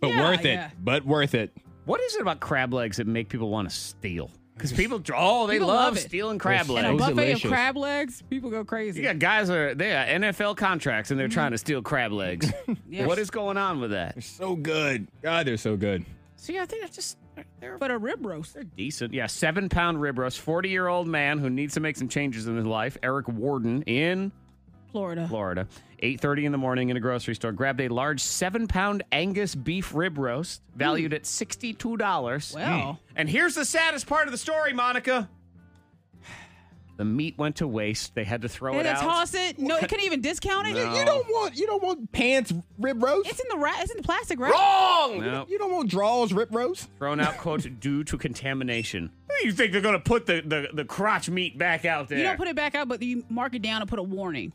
But worth it. yeah. But worth it. What is it about crab legs that make people want to steal? Because people, oh, they People love, love it. stealing crab And legs. a buffet of crab legs, people go crazy. You got guys that are they got NFL contracts and they're trying to steal crab legs. Yes. What is going on with that? They're so good. God, they're so good. See, I think that's just. They're, but a rib roast. Decent, yeah. Seven pound rib roast. Forty year old man who needs to make some changes in his life. Eric Warden in Florida. Florida. Eight thirty in the morning in a grocery store grabbed a large seven pound Angus beef rib roast valued at sixty two dollars. Wow. And here's the saddest part of the story, Monica. The meat went to waste. They had to throw They it had out. to toss it. No, you couldn't even discount it. No. You don't want you don't want pants rib roast. Oh. It's in the ra- it's in the plastic wrap. No. You don't want draws rip roast. thrown out quote due to contamination you think they're gonna put the, the, the crotch meat back out there You don't put it back out, but you mark it down and put a warning.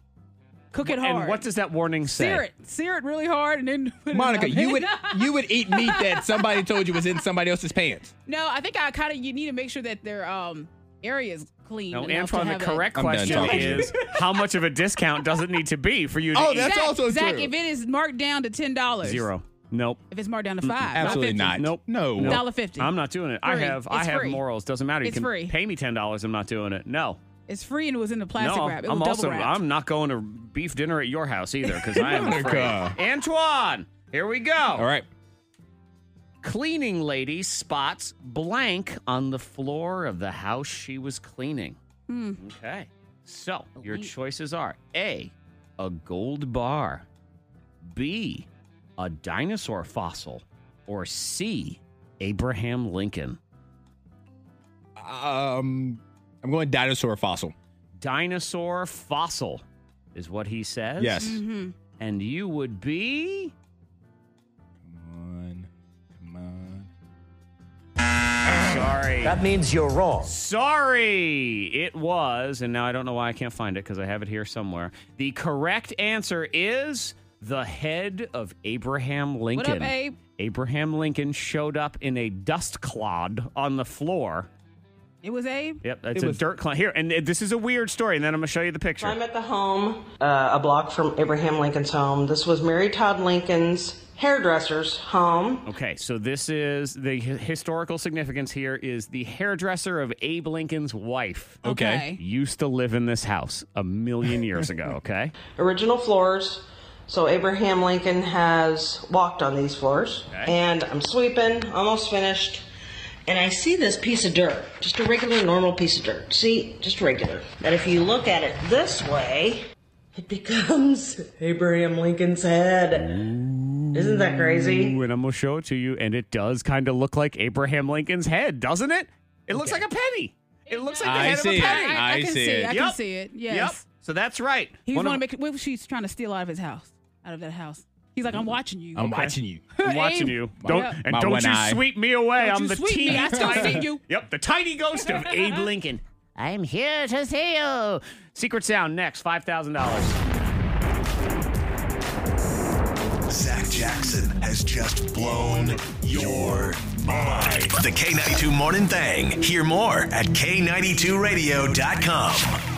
Cook it hard. and what does that warning say Sear it. Sear it really hard and then put it Monica, out. you would you would eat meat that somebody told you was in somebody else's pants. No, I think I kind of you need to make sure that their um area is clean. no enough antoine to the have correct a- question talking. is how much of a discount does it need to be for you to eat? Zach, Zach, if it is marked down to ten dollars, zero nope If it's marked down to five, Absolutely not. Nope. No. Nope. $1.50. I'm not doing it. I Free. have I It's have free. morals. Doesn't matter. You It's can free. pay me ten dollars. I'm not doing it. No. it's free and it was in the plastic no. wrap. It was I'm double also wrapped. I'm not going to beef dinner at your house either because I Oh am afraid. Monica. Antoine, here we go. All right. Cleaning lady spots blank on the floor of the house she was cleaning. Hmm. Okay. So your choices are A, a gold bar, B, a dinosaur fossil, or C, Abraham Lincoln. Um, I'm going dinosaur fossil. Dinosaur fossil is what he says. Yes. Mhm. And you would be. Sorry. That means you're wrong. Sorry, it was, and now I don't know why I can't find it because I have it here somewhere. The correct answer is the head of Abraham Lincoln. Abe? Abraham Lincoln showed up in a dust clod on the floor. It was Abe. Yep, it's It a was- dirt clod. Here, and this is a weird story, and then I'm going to show you the picture. I'm at the home, uh, a block from Abraham Lincoln's home. This was Mary Todd Lincoln's hairdresser's home. Okay, so this is the h- historical significance here is the hairdresser of Abe Lincoln's wife. Okay. Okay. Used to live in this house a million years ago, okay? Original floors. So Abraham Lincoln has walked on these floors. And I'm sweeping, almost finished. And I see this piece of dirt, just a regular, normal piece of dirt. See, just regular. But if you look at it this way, it becomes Abraham Lincoln's head. Isn't that crazy? Ooh, and I'm going to show it to you, and it does kind of look like Abraham Lincoln's head, doesn't it? It looks like a penny. It looks like the I head see of a it. penny. I I can see see it. it. I can Yep. see it. Yep. Yes. So that's right. He was One want to of- make what she's trying to steal out of his house, out of that house. He's like, I'm watching you. I'm watching you. I'm watching you. Don't Yeah. and My don't one you eye. sweep me away. Don't I'm you the sweep me. teeny I still tiny. see you. Yep, the tiny ghost of Abe Lincoln. I'm here to see you. Secret sound next. Five thousand dollars. Zach Jackson has just blown your mind. The K92 Morning Thing. Hear more at K92Radio.com.